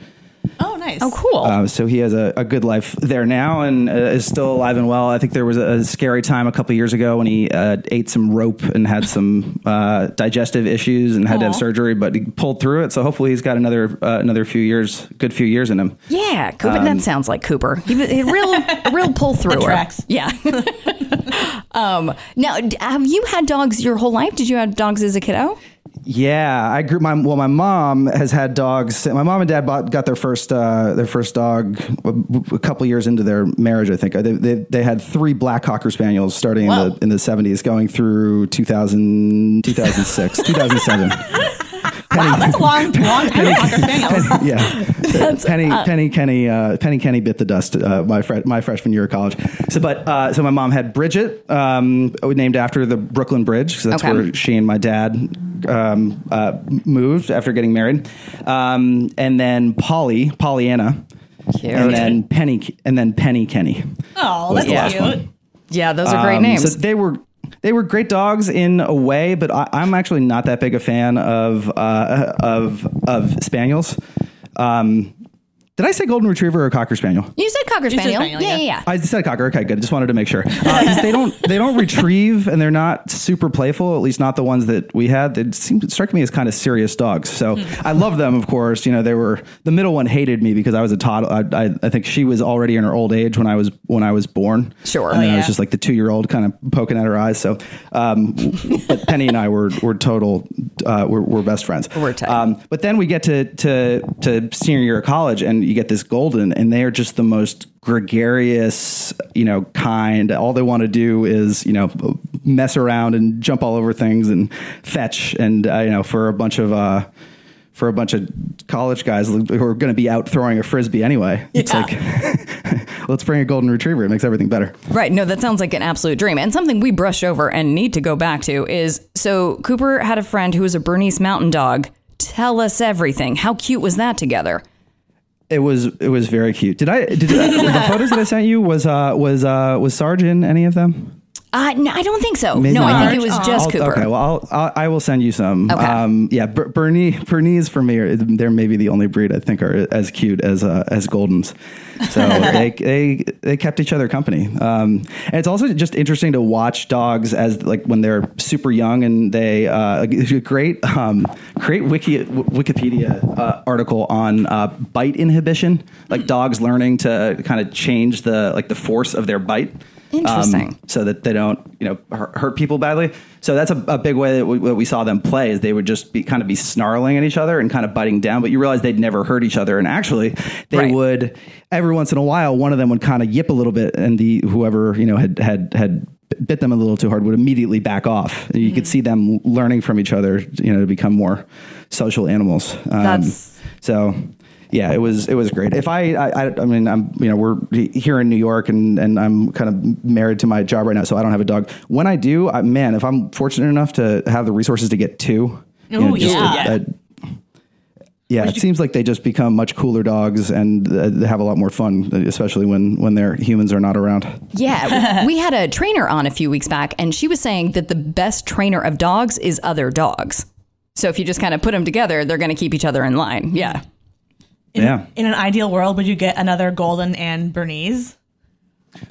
Speaker 4: Oh, nice. Oh,
Speaker 3: cool.
Speaker 1: Uh, so he has a, a good life there now and uh, is still alive and well. I think there was a, scary time a couple years ago when he uh, ate some rope and had some uh, digestive issues and had to have
Speaker 3: Aw.
Speaker 1: surgery, but he pulled through it. So hopefully he's got another uh, another few years, good few years in him.
Speaker 3: Yeah, Cooper.
Speaker 1: Um,
Speaker 3: that sounds like Cooper. He, was- a real, a real pull through.
Speaker 1: tracks.
Speaker 3: Yeah. um, now, d- have you had dogs your whole life? Did you have dogs as a kiddo?
Speaker 1: Yeah, I grew my well. My mom has had dogs. My mom and dad bought got their first uh, their first dog a, a couple years into their marriage. I think they they, they had three black cocker spaniels starting in the in the seventies, going through 2000, 2006, two thousand seven.
Speaker 4: Wow, that's a long, long time. Cocker Spaniels.
Speaker 1: yeah, Penny, Penny, Kenny, uh, Penny, Kenny bit the dust uh, my fre- my freshman year of college. So, but uh, so my mom had Bridget, um, named after the Brooklyn Bridge. So that's
Speaker 3: Okay.
Speaker 1: where she and my dad um, uh, moved after getting married, um, and then Polly, Pollyanna, and then Penny, and then Penny Kenny.
Speaker 4: Oh,
Speaker 1: was
Speaker 4: that's
Speaker 1: the last
Speaker 4: cute.
Speaker 1: one.
Speaker 3: Yeah, those are great
Speaker 1: Um,
Speaker 3: names.
Speaker 1: So they were they were great dogs in a way, but I, I'm actually not that big a fan of uh, of of spaniels. Um, did I say golden retriever or cocker spaniel?
Speaker 3: you said cocker
Speaker 4: You said
Speaker 3: spaniel.
Speaker 4: spaniel,
Speaker 3: yeah, yeah, yeah.
Speaker 1: I said cocker. Okay, good. Just wanted to make sure. Uh, 'cause they don't they don't retrieve and they're not super playful. At least not the ones that we had. They seemed it struck me as kind of serious dogs. So I love them. Of course, you know they were the middle one hated me because I was a toddler. I, I, I think she was already in her old age when I was when I was born. Sure. And
Speaker 3: Oh,
Speaker 1: then I
Speaker 3: yeah.
Speaker 1: was just like the two year old kind of poking at her eyes. So, um, but Penny and I were were total uh, we're, we're best friends. We're tight. Um, but then we get to to to senior year of college, and you get this golden, and they are just the most gregarious, you know, kind. All they want to do is, you know, mess around and jump all over things and fetch, and uh, you know, for a bunch of. Uh, for a bunch of college guys who are going to be out throwing a frisbee anyway, it's
Speaker 3: Yeah.
Speaker 1: like let's bring a golden retriever. It makes everything better.
Speaker 3: Right. No, that sounds like an absolute dream. And something we brush over and need to go back to is so Cooper had a friend who was a Bernese Mountain Dog. Tell us everything. How cute was that together?
Speaker 1: It was it was very cute. Did I did the photos that I sent you was uh was uh was Sarge in any of them?
Speaker 3: Uh, no, I don't think so.
Speaker 1: Maybe
Speaker 3: no, I
Speaker 1: not.
Speaker 3: think it was just
Speaker 1: I'll-
Speaker 3: Cooper.
Speaker 1: Oh, Okay, well I'll, I'll I will send you some.
Speaker 3: Okay.
Speaker 1: Um, yeah, Ber- Bernie Bernese for me are, they're maybe the only breed I think are as cute as uh, as Goldens. So they, they they kept each other company. Um, and it's also just interesting to watch dogs as like when they're super young and they uh, a great um, great wiki Wikipedia uh, article on uh, bite inhibition, like dogs learning to kind of change the like the force of their bite. um,
Speaker 3: Interesting.
Speaker 1: so that they don't you know hurt, hurt people badly. So that's a, a big way that we, that we saw them play is they would just be kind of be snarling at each other and kind of biting down. But you realize they'd never hurt each other, and actually they
Speaker 11: Right.
Speaker 1: would every once in a while one of them would kind of yip a little bit, and the whoever you know had had had bit them a little too hard would immediately back off. And you could see them learning from each other, you know, to become more social animals. Um,
Speaker 4: That's-
Speaker 1: so yeah, it was it was great. If I, I I I mean I'm you know we're here in New York and and I'm kind of married to my job right now, so I don't have a dog. When I do, I, man, if I'm fortunate enough to have the resources to get two, you know,
Speaker 12: Ooh,
Speaker 1: just
Speaker 12: yeah.
Speaker 1: a- a- yeah, it seems like they just become much cooler dogs and uh, they have a lot more fun, especially when when their humans are not around.
Speaker 3: Yeah, we had a trainer on a few weeks back, and she was saying that the best trainer of dogs is other dogs. So if you just kind of put them together, they're going to keep each other in line. Yeah.
Speaker 1: yeah.
Speaker 13: In an ideal world, would you get another golden and Bernese?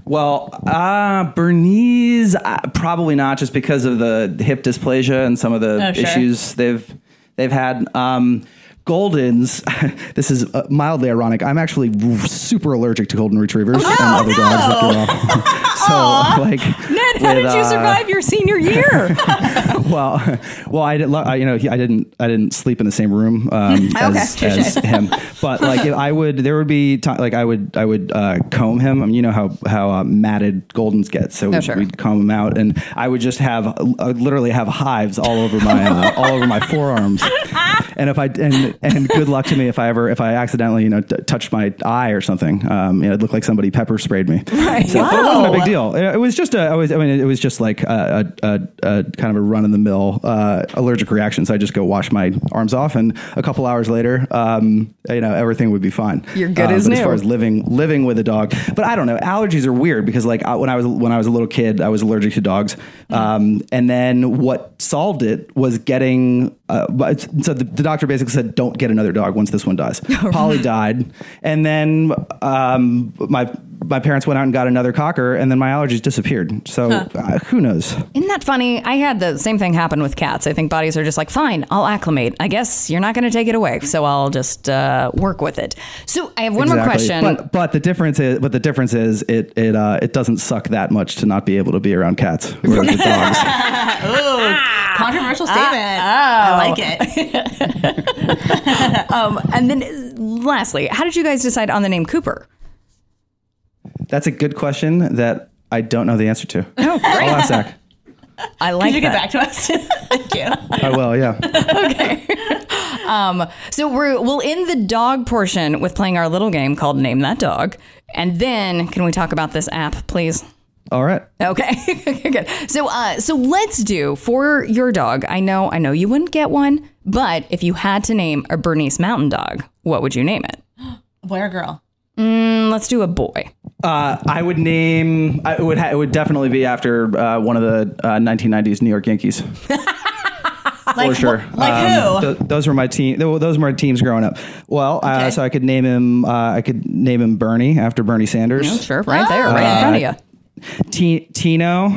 Speaker 1: Well, uh, Bernese uh, probably not, just because of the hip dysplasia and some of the
Speaker 13: Oh, sure.
Speaker 1: issues they've they've had. Um, Goldens, this is uh, mildly ironic. I'm actually r- super allergic to golden retrievers and other dogs. That grow up. so, like,
Speaker 3: Ned, how
Speaker 1: with,
Speaker 3: did you
Speaker 1: uh,
Speaker 3: survive your senior year?
Speaker 1: well, well, I didn't. lo- I, you know, he- I didn't. I didn't sleep in the same room um, as,
Speaker 3: touche.
Speaker 1: as him. But like, if I would, there would be time. Like, I would, I would uh, comb him. I mean, you know how how uh, matted goldens get, so
Speaker 3: Oh,
Speaker 1: we'd,
Speaker 3: sure.
Speaker 1: we'd comb him out, and I would just have, I would literally have hives all over my uh, all over my forearms. And if I and and good luck to me if I ever if I accidentally you know t- touched my eye or something, um, you know, it looked like somebody pepper sprayed me.
Speaker 13: Right.
Speaker 1: So but it wasn't a big
Speaker 13: Wow.
Speaker 1: deal. It it was just a, I was, I mean, it was just like a, a, a, a kind of a run in the mill uh, allergic reaction. So I just go wash my arms off, and a couple hours later, um, you know, everything would be fine.
Speaker 3: You're good
Speaker 1: Um,
Speaker 3: as
Speaker 1: but
Speaker 3: new.
Speaker 1: As far as living living with a dog, but I don't know. Allergies are weird because like I, when I was when I was a little kid, I was allergic to dogs,
Speaker 3: Mm-hmm.
Speaker 1: um, and then what solved it was getting. Uh, but- so the, the doctor basically said, "Don't get another dog once this one dies."
Speaker 3: Oh.
Speaker 1: Polly died, and then um, my my parents went out and got another cocker, and then my allergies disappeared. So
Speaker 3: Huh.
Speaker 1: uh, who knows?
Speaker 3: Isn't that funny? I had the same thing happen with cats. I think bodies are just like, fine, I'll acclimate. I guess you're not going to take it away, so I'll just uh, work with it. So I have one more
Speaker 1: Exactly.
Speaker 3: question.
Speaker 1: But, but the difference is, but the difference is, it it uh, it doesn't suck that much to not be able to be around cats. Whereas with dogs,
Speaker 13: Controversial
Speaker 3: Ah,
Speaker 13: statement. I like it.
Speaker 3: um, and then, uh, lastly, how did you guys decide on the name Cooper?
Speaker 1: that's a good question that I don't know the answer to.
Speaker 3: Oh,
Speaker 1: I'll ask Zach.
Speaker 3: I like.
Speaker 13: Could you get back
Speaker 3: that.
Speaker 13: to us? Thank you.
Speaker 1: I will. Yeah.
Speaker 3: Um, so we're we'll end the dog portion with playing our little game called Name That Dog, and then can we talk about this app, please?
Speaker 1: All right.
Speaker 3: Okay, good. So, uh, so let's do for your dog. I know, I know you wouldn't get one, but if you had to name a Bernese Mountain Dog, what would you name it?
Speaker 13: Boy or girl?
Speaker 3: Mm, let's do a boy.
Speaker 1: Uh, I would name. I, it would. Ha- it would definitely be after uh, one of the uh, 1990s New York Yankees. For sure.
Speaker 13: like who?
Speaker 1: th- those were my team. tho- Those were my teams growing up. Well, uh, so I could name him. Uh, I could name him Bernie after Bernie Sanders.
Speaker 3: Yeah, sure, right there, right in
Speaker 1: Uh,
Speaker 3: front of
Speaker 1: you. T- Tino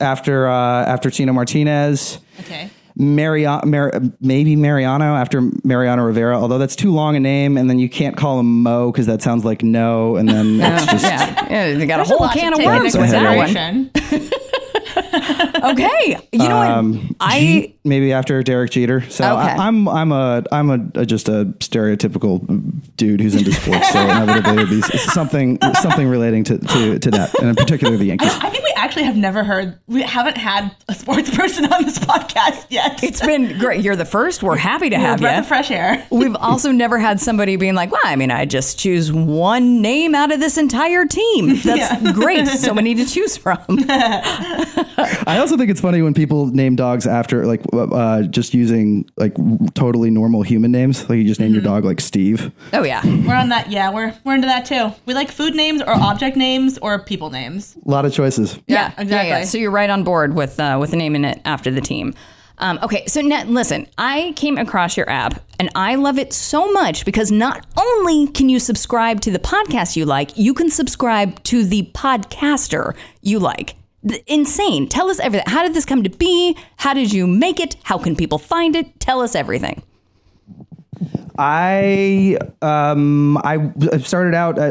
Speaker 1: after uh, after Tino Martinez.
Speaker 13: Okay.
Speaker 1: Mariano, maybe Mariano after Mariano Rivera, although that's too long a name, and then you can't call him Mo because that sounds like no, and then it's just
Speaker 3: Uh, yeah, yeah, you got
Speaker 13: There's
Speaker 3: a whole
Speaker 13: lot to
Speaker 3: can of
Speaker 13: take
Speaker 3: worms
Speaker 13: into
Speaker 3: with that one.
Speaker 13: consideration.
Speaker 3: okay. You know
Speaker 1: Um,
Speaker 3: what? I
Speaker 1: Jeet, maybe after Derek Jeter. So
Speaker 3: Okay.
Speaker 1: I, I'm I'm a I'm a, a just a stereotypical dude who's into sports. So inevitably it'd be s- something something relating to, to, to that, and in particular the Yankees.
Speaker 13: I think we actually have never heard, we haven't had a sports person on this podcast yet.
Speaker 3: It's been great. You're the first. We're happy to
Speaker 13: You're a
Speaker 3: have
Speaker 13: breath
Speaker 3: you.
Speaker 13: of fresh air.
Speaker 3: We've also never had somebody being like, "Well, I mean, I just choose one name out of this entire team. That's
Speaker 13: Yeah.
Speaker 3: great. So many to choose from."
Speaker 1: I also think it's funny when people name dogs after like uh, uh, just using like totally normal human names. Like you just name your dog like Steve.
Speaker 3: Oh yeah.
Speaker 13: We're on that. Yeah, we're we're into that too. We like food names or object names or people names.
Speaker 1: A lot of choices.
Speaker 3: Yeah,
Speaker 13: exactly.
Speaker 3: So you're right on board with uh, with naming it after the team. Um, okay, so Nat, listen, I came across your app and I love it so much because not only can you subscribe to the podcast you like, you can subscribe to the podcaster you like. Th- insane. Tell us everything. How did this come to be? How did you make it? How can people find it? Tell us everything.
Speaker 1: I um I w- started out uh,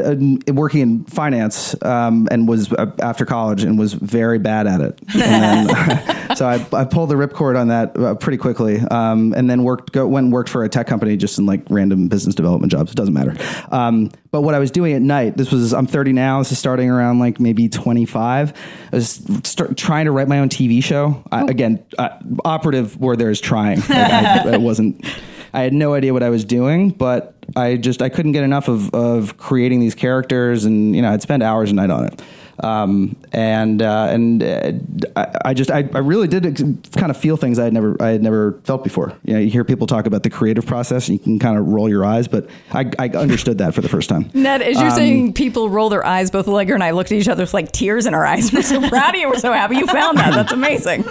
Speaker 1: uh, working in finance um and was uh, after college and was very bad at it. And then, so I, I pulled the ripcord on that uh, pretty quickly. Um and then worked go, went and worked for a tech company just in like random business development jobs. It doesn't matter. Um but what I was doing at night, this was I'm 30 now. This is starting around like maybe 25. I was start, trying to write my own TV show. I, again, uh, operative word there is trying. Like, I, I wasn't. I had no idea what I was doing, but I just I couldn't get enough of of creating these characters, and you know I'd spend hours a night on it. Um, and uh, and uh, I, I just I, I really did ex- kind of feel things I had never I had never felt before. You know, you hear people talk about the creative process, and you can kind of roll your eyes, but I, I understood that for the first time.
Speaker 3: Ned, as you're
Speaker 1: Um,
Speaker 3: saying, people roll their eyes. Both Legger and I looked at each other with like tears in our eyes. We're so proud of you. We're so happy you found that. That's amazing.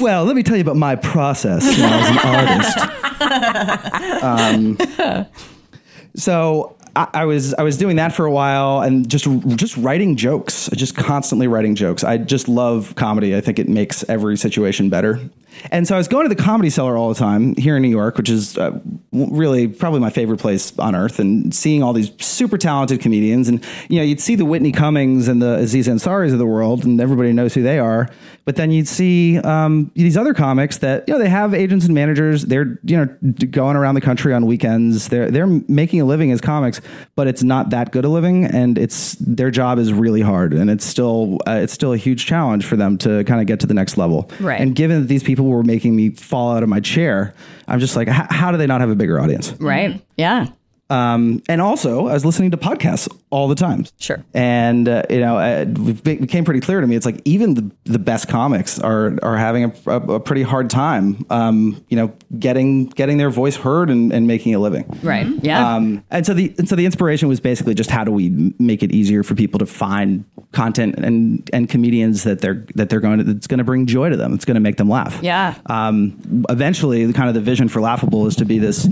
Speaker 1: Well, let me tell you about my process you know, as an artist. um, so I, I was I was doing that for a while and just just writing jokes, just constantly writing jokes. I just love comedy. I think it makes every situation better. And so I was going to the Comedy Cellar all the time here in New York, which is uh, w- really probably my favorite place on earth. And seeing all these super talented comedians, and you know, you'd see the Whitney Cummings and the Aziz Ansaris of the world, and everybody knows who they are. But then you'd see um, these other comics that you know they have agents and managers. They're you know d- going around the country on weekends. They're they're making a living as comics, but it's not that good a living, and it's their job is really hard, and it's still uh, it's still a huge challenge for them to kind of get to the next level.
Speaker 11: Right.
Speaker 1: And given that these people were making me fall out of my chair, I'm just like, "H- how do they not have a bigger audience?
Speaker 3: Right. Yeah.
Speaker 1: Um, and also, I was listening to podcasts all the time.
Speaker 3: Sure.
Speaker 1: And uh, you know, uh, it be- became pretty clear to me. It's like even the, the best comics are are having a, a, a pretty hard time. Um, you know, getting getting their voice heard and, and making a living.
Speaker 3: Right. Yeah.
Speaker 1: Um, and so the and so the inspiration was basically just how do we m- make it easier for people to find content and and comedians that they're that they're going to that's going to bring joy to them. It's going to make them laugh.
Speaker 3: Yeah.
Speaker 1: Um, eventually, the kind of the vision for Laughable is to be this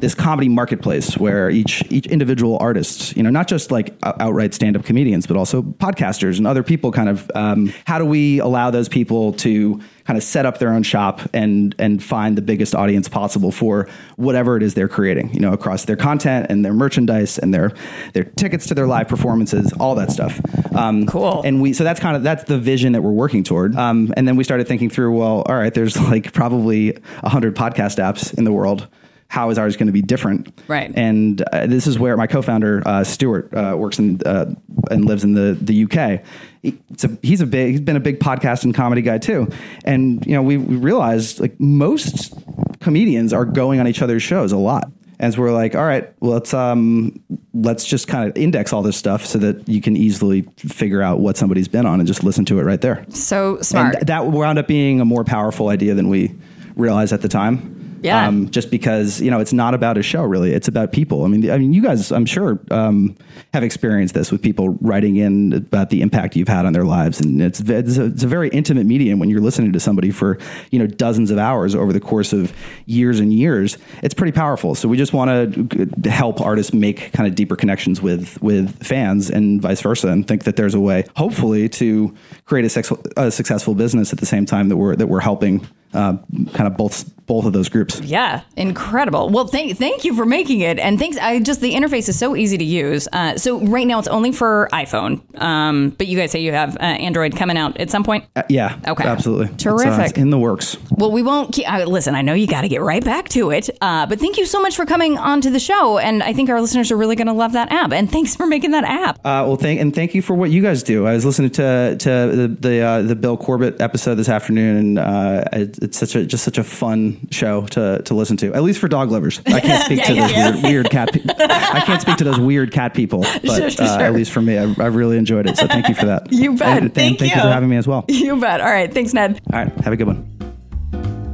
Speaker 1: this comedy marketplace where each each individual artist, you know, not just like o- outright stand up comedians, but also podcasters and other people. Kind of um, how do we allow those people to kind of set up their own shop and and find the biggest audience possible for whatever it is they're creating, you know, across their content and their merchandise and their their tickets to their live performances, all that stuff. Um, cool. And we so that's kind of that's the vision that we're working toward. Um, and then we started thinking through, well, all right, there's like probably hundred podcast apps in the world. How is ours going to be different?
Speaker 3: Right.
Speaker 1: And uh, this is where my co-founder uh, Stuart uh, works in uh, and lives in the the UK. He- It's a, he's a big he's been a big podcast and comedy guy too. And you know we, we realized like most comedians are going on each other's shows a lot. And so we're like, all right, well, let's um, let's just kind of index all this stuff so that you can easily figure out what somebody's been on and just listen to it right there.
Speaker 3: So smart.
Speaker 1: And th- that wound up being a more powerful idea than we realized at the time. Um,
Speaker 3: Yeah.
Speaker 1: just because you know it's not about a show really, it's about people. I mean, the- I mean, you guys, I'm sure, um, have experienced this with people writing in about the impact you've had on their lives, and it's ve- it's a, it's a very intimate medium when you're listening to somebody for you know dozens of hours over the course of years and years. It's pretty powerful. So we just want to help artists make kind of deeper connections with with fans and vice versa, and think that there's a way, hopefully, to create a, sex, a successful business at the same time that we're that we're helping uh, kind of both both of those groups.
Speaker 3: Yeah, incredible. Well, thank thank you for making it, and thanks. I just the interface is so easy to use. Uh, so right now it's only for iPhone, um, but you guys say you have uh, Android coming out at some point.
Speaker 1: Uh, yeah.
Speaker 3: Okay.
Speaker 1: Absolutely. It's, uh,
Speaker 3: Terrific.
Speaker 1: in the works.
Speaker 3: Well, we won't keep. I, listen, I know you got to get right back to it, uh, but thank you so much for coming onto the show, and I think our listeners are really going to love that app. And thanks for making that app.
Speaker 1: Uh, well, thank and thank you for what you guys do. I was listening to to the the, uh, the Bill Corbett episode this afternoon, and uh, it, it's such a just such a fun show to to listen to. At least for dog lovers, I can't speak
Speaker 3: Yeah,
Speaker 1: to
Speaker 3: yeah,
Speaker 1: those
Speaker 3: yeah.
Speaker 1: weird, weird cat. Pe- I can't speak to those weird cat people, but
Speaker 3: Sure, sure,
Speaker 1: uh,
Speaker 3: sure.
Speaker 1: at least for me, I, I really enjoyed it. So thank you for that.
Speaker 3: You bet.
Speaker 1: And, and
Speaker 3: Thank
Speaker 1: thank you
Speaker 3: you.
Speaker 1: for having me as well.
Speaker 3: You bet. All right. Thanks, Ned.
Speaker 1: All right, have a good one.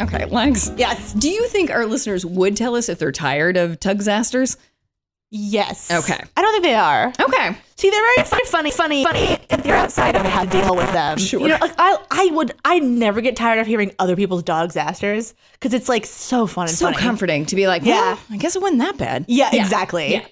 Speaker 3: Okay, Lex. Yes. Do you think our listeners would tell us if they're tired of Tugzasters?
Speaker 4: Yes.
Speaker 3: Okay.
Speaker 4: I don't think they are.
Speaker 3: Okay.
Speaker 4: See, they're very sort of funny, funny, funny. If you're outside of it, how to deal with them.
Speaker 3: Sure.
Speaker 4: You know, like I, I would, I never get tired of hearing other people's dog disasters because it's like so fun and
Speaker 3: so
Speaker 4: funny.
Speaker 3: comforting to be like,
Speaker 4: Yeah.
Speaker 3: well, I guess it wasn't that bad.
Speaker 4: Yeah, exactly.
Speaker 3: Yeah.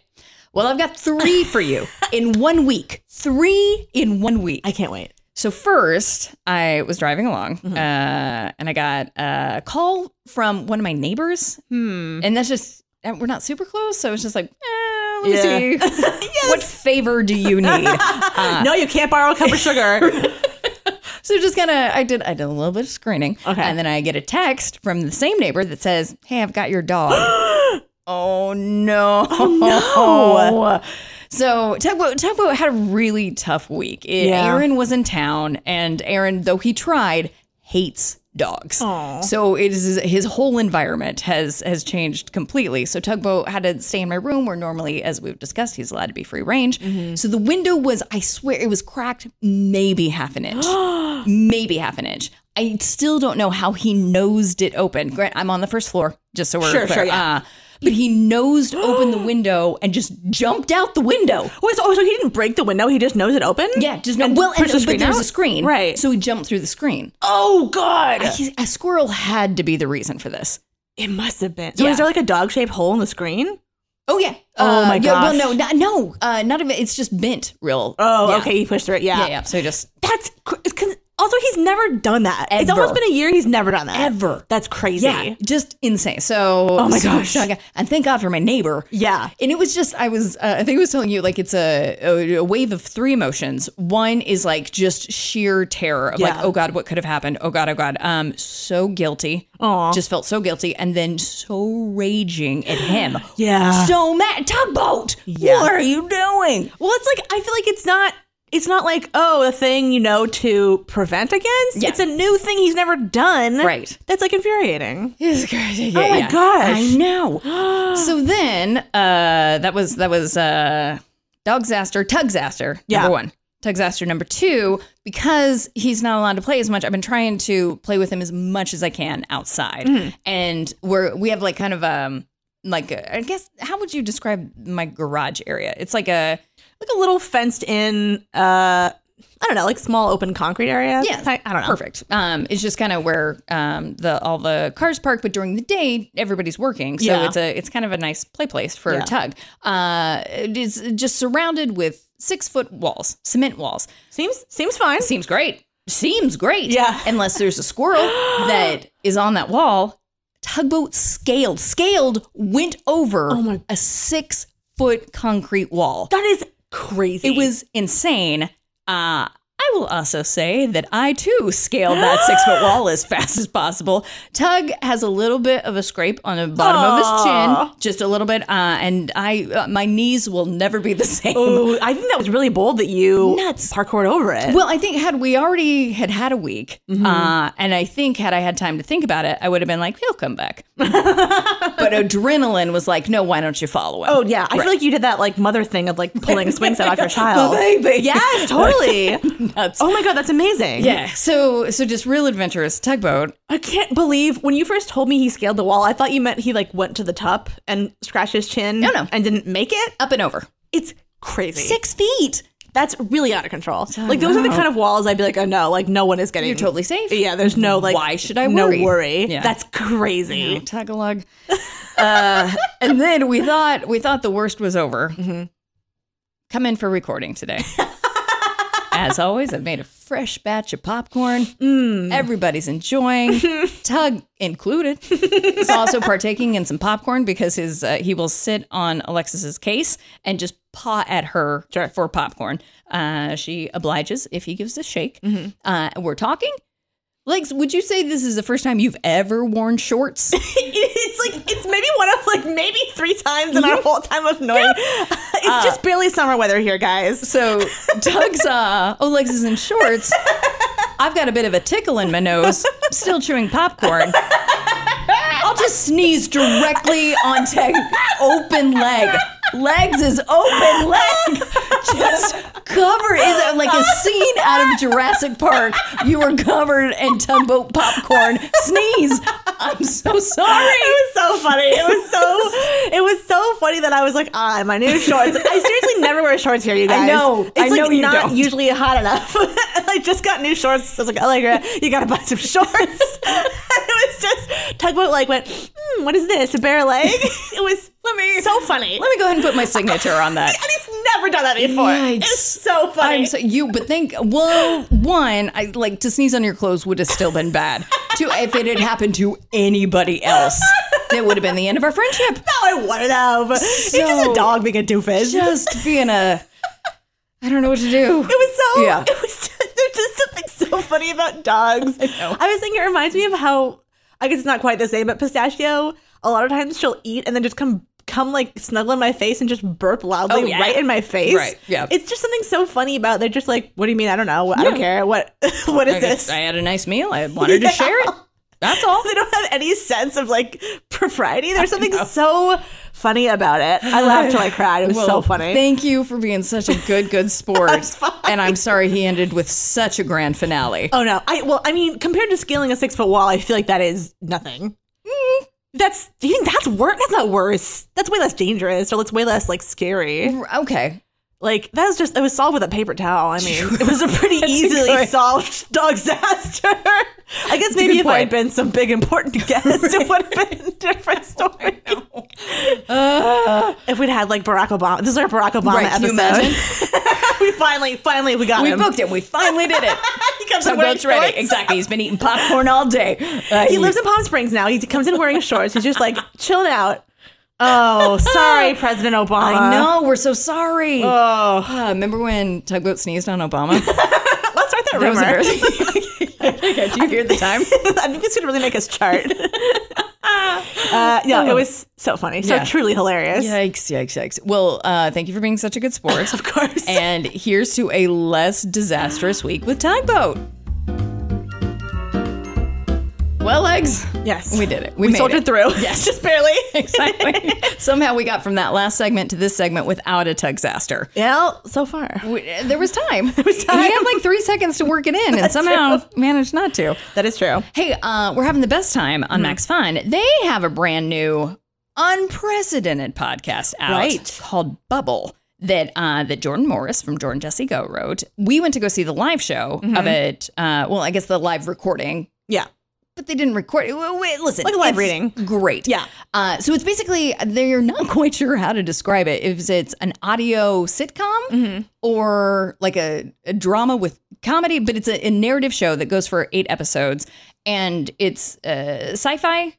Speaker 3: Well, I've got three for you in one week. Three in one week. I
Speaker 4: can't wait.
Speaker 3: So first, I was driving along,
Speaker 4: Mm-hmm.
Speaker 3: uh, and I got a call from one of my neighbors,
Speaker 4: Hmm.
Speaker 3: and that's just and we're not super close, so it's just like, eh, let me
Speaker 4: Yeah.
Speaker 3: see, what favor do you need? Uh,
Speaker 4: no, you can't borrow a cup of sugar.
Speaker 3: so just kind of, I did, I did a little bit of screening, okay, and then I get a text from the same neighbor that says, "Hey, I've got your dog." Oh no!
Speaker 4: Oh,
Speaker 3: no! So Tugboat, Tugboat had a really tough week. It-
Speaker 4: Yeah.
Speaker 3: Aaron was in town, and Aaron, though he tried, hates dogs. So it is his whole environment has has changed completely. So Tugboat had to stay in my room, where normally, as we've discussed, he's allowed to be free range. So the window was, I swear, it was cracked maybe half an inch, maybe half an inch. I still don't know how he nosed it open. Grant, I'm on the first floor, just so we're
Speaker 4: Sure,
Speaker 3: clear.
Speaker 4: sure, yeah.
Speaker 3: Uh, but he nosed open the window and just jumped out the window.
Speaker 4: Wait, so, oh, so he didn't break the window? He just knows it open?
Speaker 3: Yeah, just no. well, and,
Speaker 4: pushed the
Speaker 3: but
Speaker 4: screen
Speaker 3: there was
Speaker 4: out?
Speaker 3: a screen,
Speaker 4: Right.
Speaker 3: So Uh, he jumped through the screen.
Speaker 4: Oh God!
Speaker 3: I- a squirrel had to be the reason for this.
Speaker 4: It must have been. So
Speaker 3: Yeah.
Speaker 4: is there like a dog shaped hole in the screen?
Speaker 3: Oh yeah.
Speaker 4: Oh
Speaker 3: Uh,
Speaker 4: my
Speaker 3: Yeah, well,
Speaker 4: gosh.
Speaker 3: no, not, no, uh, not even. It's just bent real.
Speaker 4: Oh,
Speaker 3: yeah.
Speaker 4: okay. He pushed through it. Yeah.
Speaker 3: Yeah, yeah. So he just
Speaker 4: That's cr- it's con- also he's never done that. It's
Speaker 3: Ever.
Speaker 4: almost been a year he's never done that.
Speaker 3: Ever.
Speaker 4: That's crazy.
Speaker 3: Yeah, just insane. So,
Speaker 4: Oh my
Speaker 3: so
Speaker 4: gosh.
Speaker 3: shock- and thank God for my neighbor.
Speaker 4: Yeah.
Speaker 3: and it was just I was uh, I think I was telling you like it's a, a a wave of three emotions. One is like just sheer terror of like
Speaker 4: Yeah.
Speaker 3: oh God what could have happened oh God oh God um so guilty
Speaker 4: Aw.
Speaker 3: just felt so guilty and then so raging at him
Speaker 4: Yeah.
Speaker 3: so mad tugboat
Speaker 4: Yeah.
Speaker 3: what are you doing
Speaker 4: Well, it's like I feel like it's not it's not like oh a thing you know to prevent against.
Speaker 3: Yeah.
Speaker 4: It's a new thing he's never done.
Speaker 3: Right.
Speaker 4: That's like infuriating.
Speaker 3: It's crazy.
Speaker 4: Oh my gosh.
Speaker 3: I know. so then uh that was that was uh Dogzaster, Tugzaster,
Speaker 4: Yeah.
Speaker 3: number one. Tugzaster number two, because he's not allowed to play as much, I've been trying to play with him as much as I can outside.
Speaker 4: Mhm.
Speaker 3: And we're we have like kind of um like a- I guess how would you describe my garage area? It's like a
Speaker 4: Like a little fenced in uh I don't know, like small open concrete area.
Speaker 3: Yeah.
Speaker 4: I, I don't know.
Speaker 3: Perfect. Um, it's just kind of where um, the all the cars park, but during the day everybody's working, so
Speaker 4: Yeah.
Speaker 3: it's a it's kind of a nice play place for
Speaker 4: Yeah.
Speaker 3: Tug. Uh, it is just surrounded with six foot walls, cement walls.
Speaker 4: Seems seems fine.
Speaker 3: Seems great. Seems great.
Speaker 4: Yeah.
Speaker 3: Unless there's a squirrel that is on that wall. Tugboat scaled, scaled, went over
Speaker 4: Oh
Speaker 3: a six foot concrete wall.
Speaker 4: That is crazy.
Speaker 3: It was insane. Uh, I will also say that I too scaled that six foot wall as fast as possible. Tug has a little bit of a scrape on the bottom of his
Speaker 4: Aw.
Speaker 3: chin, just a little bit, uh, and I uh, my knees will never be the same.
Speaker 4: Oh, I think that was really bold that you
Speaker 3: Nuts.
Speaker 4: parkoured over it.
Speaker 3: Well, I think had we already had had a week,
Speaker 4: Mm-hmm.
Speaker 3: uh, and I think had I had time to think about it, I would have been like, he'll come back. but adrenaline was like, no, why don't you follow him?
Speaker 4: Oh yeah, I feel like you did that like mother thing of like pulling a swing set off your child.
Speaker 3: baby.
Speaker 4: Yes, totally.
Speaker 3: Nuts.
Speaker 4: oh my god, that's amazing.
Speaker 3: Yeah. So so just real adventurous tugboat.
Speaker 4: I can't believe when you first told me he scaled the wall, I thought you meant he like went to the top and scratched his chin
Speaker 3: No, no.
Speaker 4: and didn't make it.
Speaker 3: Up and over.
Speaker 4: It's crazy.
Speaker 3: Six feet.
Speaker 4: Uh, That's really out of control. Like those are the kind of walls I'd be like, oh no, like no one is getting
Speaker 3: You're totally safe.
Speaker 4: Yeah, there's no like
Speaker 3: Why should I
Speaker 4: no
Speaker 3: worry?
Speaker 4: worry. Mm-hmm.
Speaker 3: Yeah.
Speaker 4: That's crazy.
Speaker 3: Tagalog. uh, and then we thought we thought the worst was over. Come in for recording today. As always, I've made a fresh batch of popcorn. Everybody's enjoying, Tug included. is also partaking in some popcorn because his uh, he will sit on Alexis's case and just paw at her for popcorn. Uh, she obliges if he gives a shake. Uh, we're talking. Legs, would you say this is the first time you've ever worn shorts?
Speaker 4: it's like it's maybe one of like maybe three times in our whole time of knowing. It's
Speaker 3: Uh,
Speaker 4: just barely summer weather here, guys.
Speaker 3: So Doug's uh, Olex is in shorts. I've got a bit of a tickle in my nose. Still chewing popcorn. I'll just sneeze directly onto open leg. Legs is open leg. Just covered is like a scene out of Jurassic Park. You were covered in tugboat popcorn. Sneeze. I'm so sorry.
Speaker 4: It was so funny. It was so it was so funny that I was like, ah, my new shorts. I seriously never wear shorts here, you
Speaker 3: I
Speaker 4: guys.
Speaker 3: know.
Speaker 4: It's
Speaker 3: I
Speaker 4: like
Speaker 3: know you
Speaker 4: not
Speaker 3: don't.
Speaker 4: usually hot enough. I just got new shorts. I was like, Allegra, you gotta buy some shorts. it was just tugboat like went, hmm, what is this? A bare leg? It was let me so funny.
Speaker 3: Let me go ahead and put my signature on that.
Speaker 4: And he's never done that before. It's so funny.
Speaker 3: I'm so, you but think well one I like to sneeze on your clothes would have still been bad. Two if it had happened to anybody else, it would have been the end of our friendship.
Speaker 4: No, I wanted out. It's just a dog being a doofus.
Speaker 3: Just being a I don't know what to do. It
Speaker 4: was so
Speaker 3: Yeah.
Speaker 4: it was there's just something so funny about dogs. I,
Speaker 3: know.
Speaker 4: was thinking it reminds me of how I guess it's not quite the same, but pistachio, a lot of times she'll eat and then just come come like snuggle in my face and just burp loudly
Speaker 3: Oh, yeah.
Speaker 4: right in my face.
Speaker 3: Right, yeah.
Speaker 4: It's just something so funny about they're just like, What do you mean? I don't know. I don't care. What what is
Speaker 3: I
Speaker 4: this?
Speaker 3: just- I had a nice meal. I wanted to share it. That's all.
Speaker 4: They don't have any sense of like propriety. There's something so funny about it. I laughed till I cried. It was so
Speaker 3: Well,
Speaker 4: funny.
Speaker 3: Thank you for being such a good, good sport. and I'm sorry he ended with such a grand finale.
Speaker 4: Oh no! I well, I mean, compared to scaling a six foot wall, I feel like that is nothing.
Speaker 3: Mm.
Speaker 4: That's do you think that's worse? That's not worse. That's way less dangerous, or that's way less like scary.
Speaker 3: Mm. Okay.
Speaker 4: Like that was just it was solved with a paper towel. I mean, it was a pretty easily solved dog disaster. I guess maybe
Speaker 3: good
Speaker 4: if I had
Speaker 3: point.
Speaker 4: been some big important guest, it would have been a different story. if we'd had like Barack Obama, this is our Barack Obama
Speaker 3: Right, can you
Speaker 4: episode. we finally, finally, we got
Speaker 3: We
Speaker 4: him.
Speaker 3: booked it. We finally did it.
Speaker 4: He comes in wearing
Speaker 3: Tugboat's ready.
Speaker 4: shorts.
Speaker 3: Exactly. He's been eating popcorn all day. Uh,
Speaker 4: he lives in Palm Springs now. He comes in wearing shorts. He's just like chilling out. Oh, sorry, President Obama.
Speaker 3: I know. We're so sorry.
Speaker 4: Oh.
Speaker 3: Ah, remember when Tugboat sneezed on Obama?
Speaker 4: Let's start that,
Speaker 3: That was
Speaker 4: rumor.
Speaker 3: embarrassing. Did you hear the time?
Speaker 4: I think it's gonna really make us chart. uh, yeah, it was so funny, so
Speaker 3: Yeah.
Speaker 4: truly hilarious.
Speaker 3: Yikes, yikes, yikes. Well, uh, thank you for being such a good sport. of
Speaker 4: course.
Speaker 3: And here's to a less disastrous week with Tugboat. Well, eggs.
Speaker 4: Yes.
Speaker 3: We did it.
Speaker 4: We,
Speaker 3: We, made
Speaker 4: soldiered
Speaker 3: it.
Speaker 4: through.
Speaker 3: Yes.
Speaker 4: just barely.
Speaker 3: exactly. Somehow we got from that last segment to this segment without a Tugzaster.
Speaker 4: Yeah, so far.
Speaker 3: We- uh, There was time. There was time. We had like three seconds to work it in, and somehow managed not to.
Speaker 4: That is true.
Speaker 3: Hey, uh, we're having the best time on Max Fun. They have a brand new, unprecedented podcast out
Speaker 4: Right.
Speaker 3: called Bubble that uh, that Jordan Morris from Jordan Jesse Go wrote. We went to go see the live show of it. Uh, well, I guess the live recording.
Speaker 4: Yeah.
Speaker 3: But they didn't record. it. Wait, wait, listen,
Speaker 4: Like a live
Speaker 3: it's
Speaker 4: reading.
Speaker 3: Great.
Speaker 4: Yeah.
Speaker 3: Uh, so it's basically they're not quite sure how to describe it. If it's an audio sitcom
Speaker 4: Mm-hmm.
Speaker 3: or like a, a drama with comedy, but it's a, a narrative show that goes for eight episodes, and it's uh, sci-fi.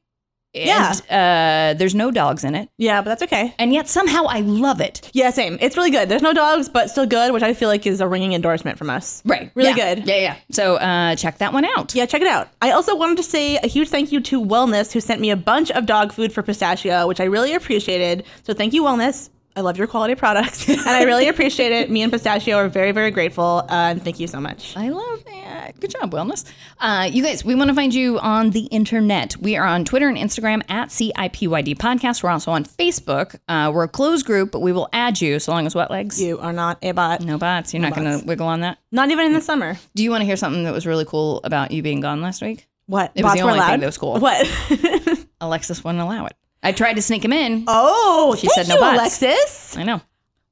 Speaker 4: Yeah.
Speaker 3: And, uh, there's no dogs in it,
Speaker 4: Yeah, but that's okay.
Speaker 3: and yet somehow I love it.
Speaker 4: Yeah, same. It's really good. There's no dogs, but still good, which I feel like is a ringing endorsement from us.
Speaker 3: Right.
Speaker 4: Really
Speaker 3: Yeah.
Speaker 4: good.
Speaker 3: Yeah, yeah. So uh, check that one out.
Speaker 4: Yeah, check it out. I also wanted to say a huge thank you to Wellness, who sent me a bunch of dog food for pistachio, which I really appreciated. So thank you, Wellness. I love your quality products, and I really appreciate it. Me and pistachio are very, very grateful, uh, and thank you so much.
Speaker 3: I love that. Good job, wellness. Uh, you guys, we want to find you on the internet. We are on Twitter and Instagram at CIPYD Podcast. We're also on Facebook. Uh, we're a closed group, but we will add you so long as wet legs.
Speaker 4: You are not a bot,
Speaker 3: No bots. You're not going to wiggle on that.
Speaker 4: not even in the summer.
Speaker 3: Do you want to hear something that was really cool about you being gone last week?
Speaker 4: What?
Speaker 3: It was
Speaker 4: Bots
Speaker 3: the
Speaker 4: were
Speaker 3: only thing
Speaker 4: allowed?
Speaker 3: that was cool.
Speaker 4: What?
Speaker 3: Alexis wouldn't allow it. I tried to sneak him in.
Speaker 4: oh,
Speaker 3: She
Speaker 4: thank
Speaker 3: said no
Speaker 4: you,
Speaker 3: bots.
Speaker 4: Alexis.
Speaker 3: I know.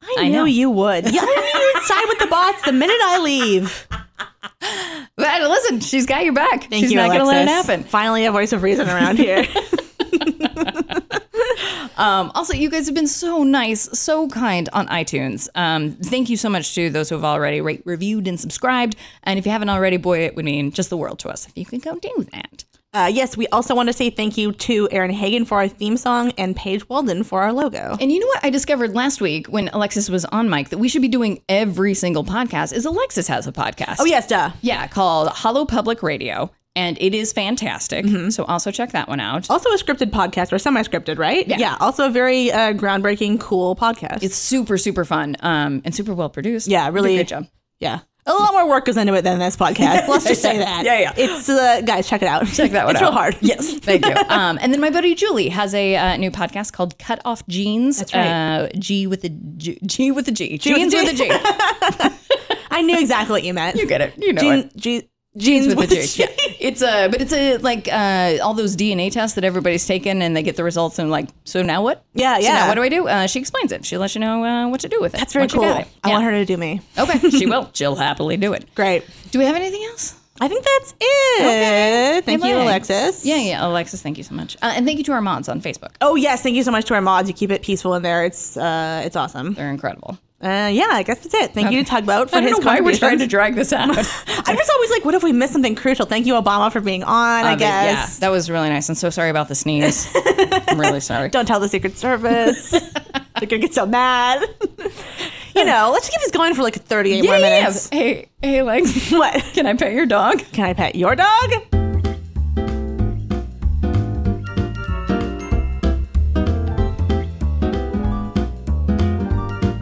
Speaker 4: I,
Speaker 3: I
Speaker 4: knew
Speaker 3: know.
Speaker 4: you would. Yeah, I knew you would side with the bots the minute I leave.
Speaker 3: But listen, she's got your back.
Speaker 4: Thank
Speaker 3: she's
Speaker 4: you,
Speaker 3: not going to let it
Speaker 4: Alexis.
Speaker 3: happen.
Speaker 4: Finally, a voice of reason around here.
Speaker 3: Um, also, you guys have been so nice, so kind on iTunes. Um, thank you so much to those who have already rate, reviewed, and subscribed. And if you haven't already, boy, it would mean just the world to us if you could go do that.
Speaker 4: Uh, yes, we also want to say thank you to Aaron Hagen for our theme song and Paige Walden for our logo.
Speaker 3: And you know what I discovered last week when Alexis was on mic that we should be doing every single podcast is Alexis has a podcast.
Speaker 4: Oh, yes, duh.
Speaker 3: Yeah, called Hollow Public Radio. And it is fantastic.
Speaker 4: Mm-hmm.
Speaker 3: So also check that one out.
Speaker 4: Also a scripted podcast or semi-scripted, right?
Speaker 3: Yeah.
Speaker 4: also a very uh, groundbreaking, cool podcast.
Speaker 3: It's super, super fun um, and super well produced.
Speaker 4: Yeah,
Speaker 3: You did a
Speaker 4: really-
Speaker 3: Great job.
Speaker 4: yeah. A lot more work goes into it than this podcast. Let's just say that.
Speaker 3: Yeah, yeah.
Speaker 4: It's uh, guys, check it out.
Speaker 3: Check that one
Speaker 4: it's
Speaker 3: out.
Speaker 4: real hard.
Speaker 3: Yes, thank you. Um, and then my buddy Julie has a uh, new podcast called Cut Off Jeans.
Speaker 4: That's right.
Speaker 3: Uh, G with a G, G with a G.
Speaker 4: with
Speaker 3: jeans
Speaker 4: a G.
Speaker 3: with a G.
Speaker 4: I knew exactly what you meant.
Speaker 3: You get it. You know
Speaker 4: Jean-
Speaker 3: it.
Speaker 4: Je-
Speaker 3: Jeans with, a G. Yeah. It's a, but it's a like uh, all those DNA tests that everybody's taken, and they get the results, and like, so now what?
Speaker 4: Yeah,
Speaker 3: So
Speaker 4: yeah.
Speaker 3: now what do I do? Uh, she explains it. She lets you know uh, what to do with it.
Speaker 4: That's very
Speaker 3: once you got
Speaker 4: cool.
Speaker 3: it.
Speaker 4: I want her to do me.
Speaker 3: Yeah. okay, she will. She'll happily do it.
Speaker 4: Great.
Speaker 3: Do we have anything else?
Speaker 4: I think that's it. Thank you, Alexis.
Speaker 3: Yeah, yeah, Alexis. Thank you so much, uh, and thank you to our mods on Facebook.
Speaker 4: Oh yes, thank you so much to our mods. You keep it peaceful in there. It's uh, it's awesome.
Speaker 3: They're incredible.
Speaker 4: Uh, yeah, I guess that's it. Thank you to Tugboat for
Speaker 3: I don't
Speaker 4: his
Speaker 3: know why we're trying to
Speaker 4: contributions.
Speaker 3: drag this out.
Speaker 4: I'm just always like, what if we missed something crucial? Thank you, Obama, for being on. I
Speaker 3: Um, but Yeah,
Speaker 4: guess.
Speaker 3: that was really nice. I'm so sorry about the sneeze. I'm really sorry.
Speaker 4: Don't tell the Secret Service. They're gonna get so mad. you know, let's just keep this going for like 38 more minutes.
Speaker 3: Hey, hey, Lex.
Speaker 4: What?
Speaker 3: Can I pet your dog?
Speaker 4: Can I pet your dog?
Speaker 11: MaximumFun.org.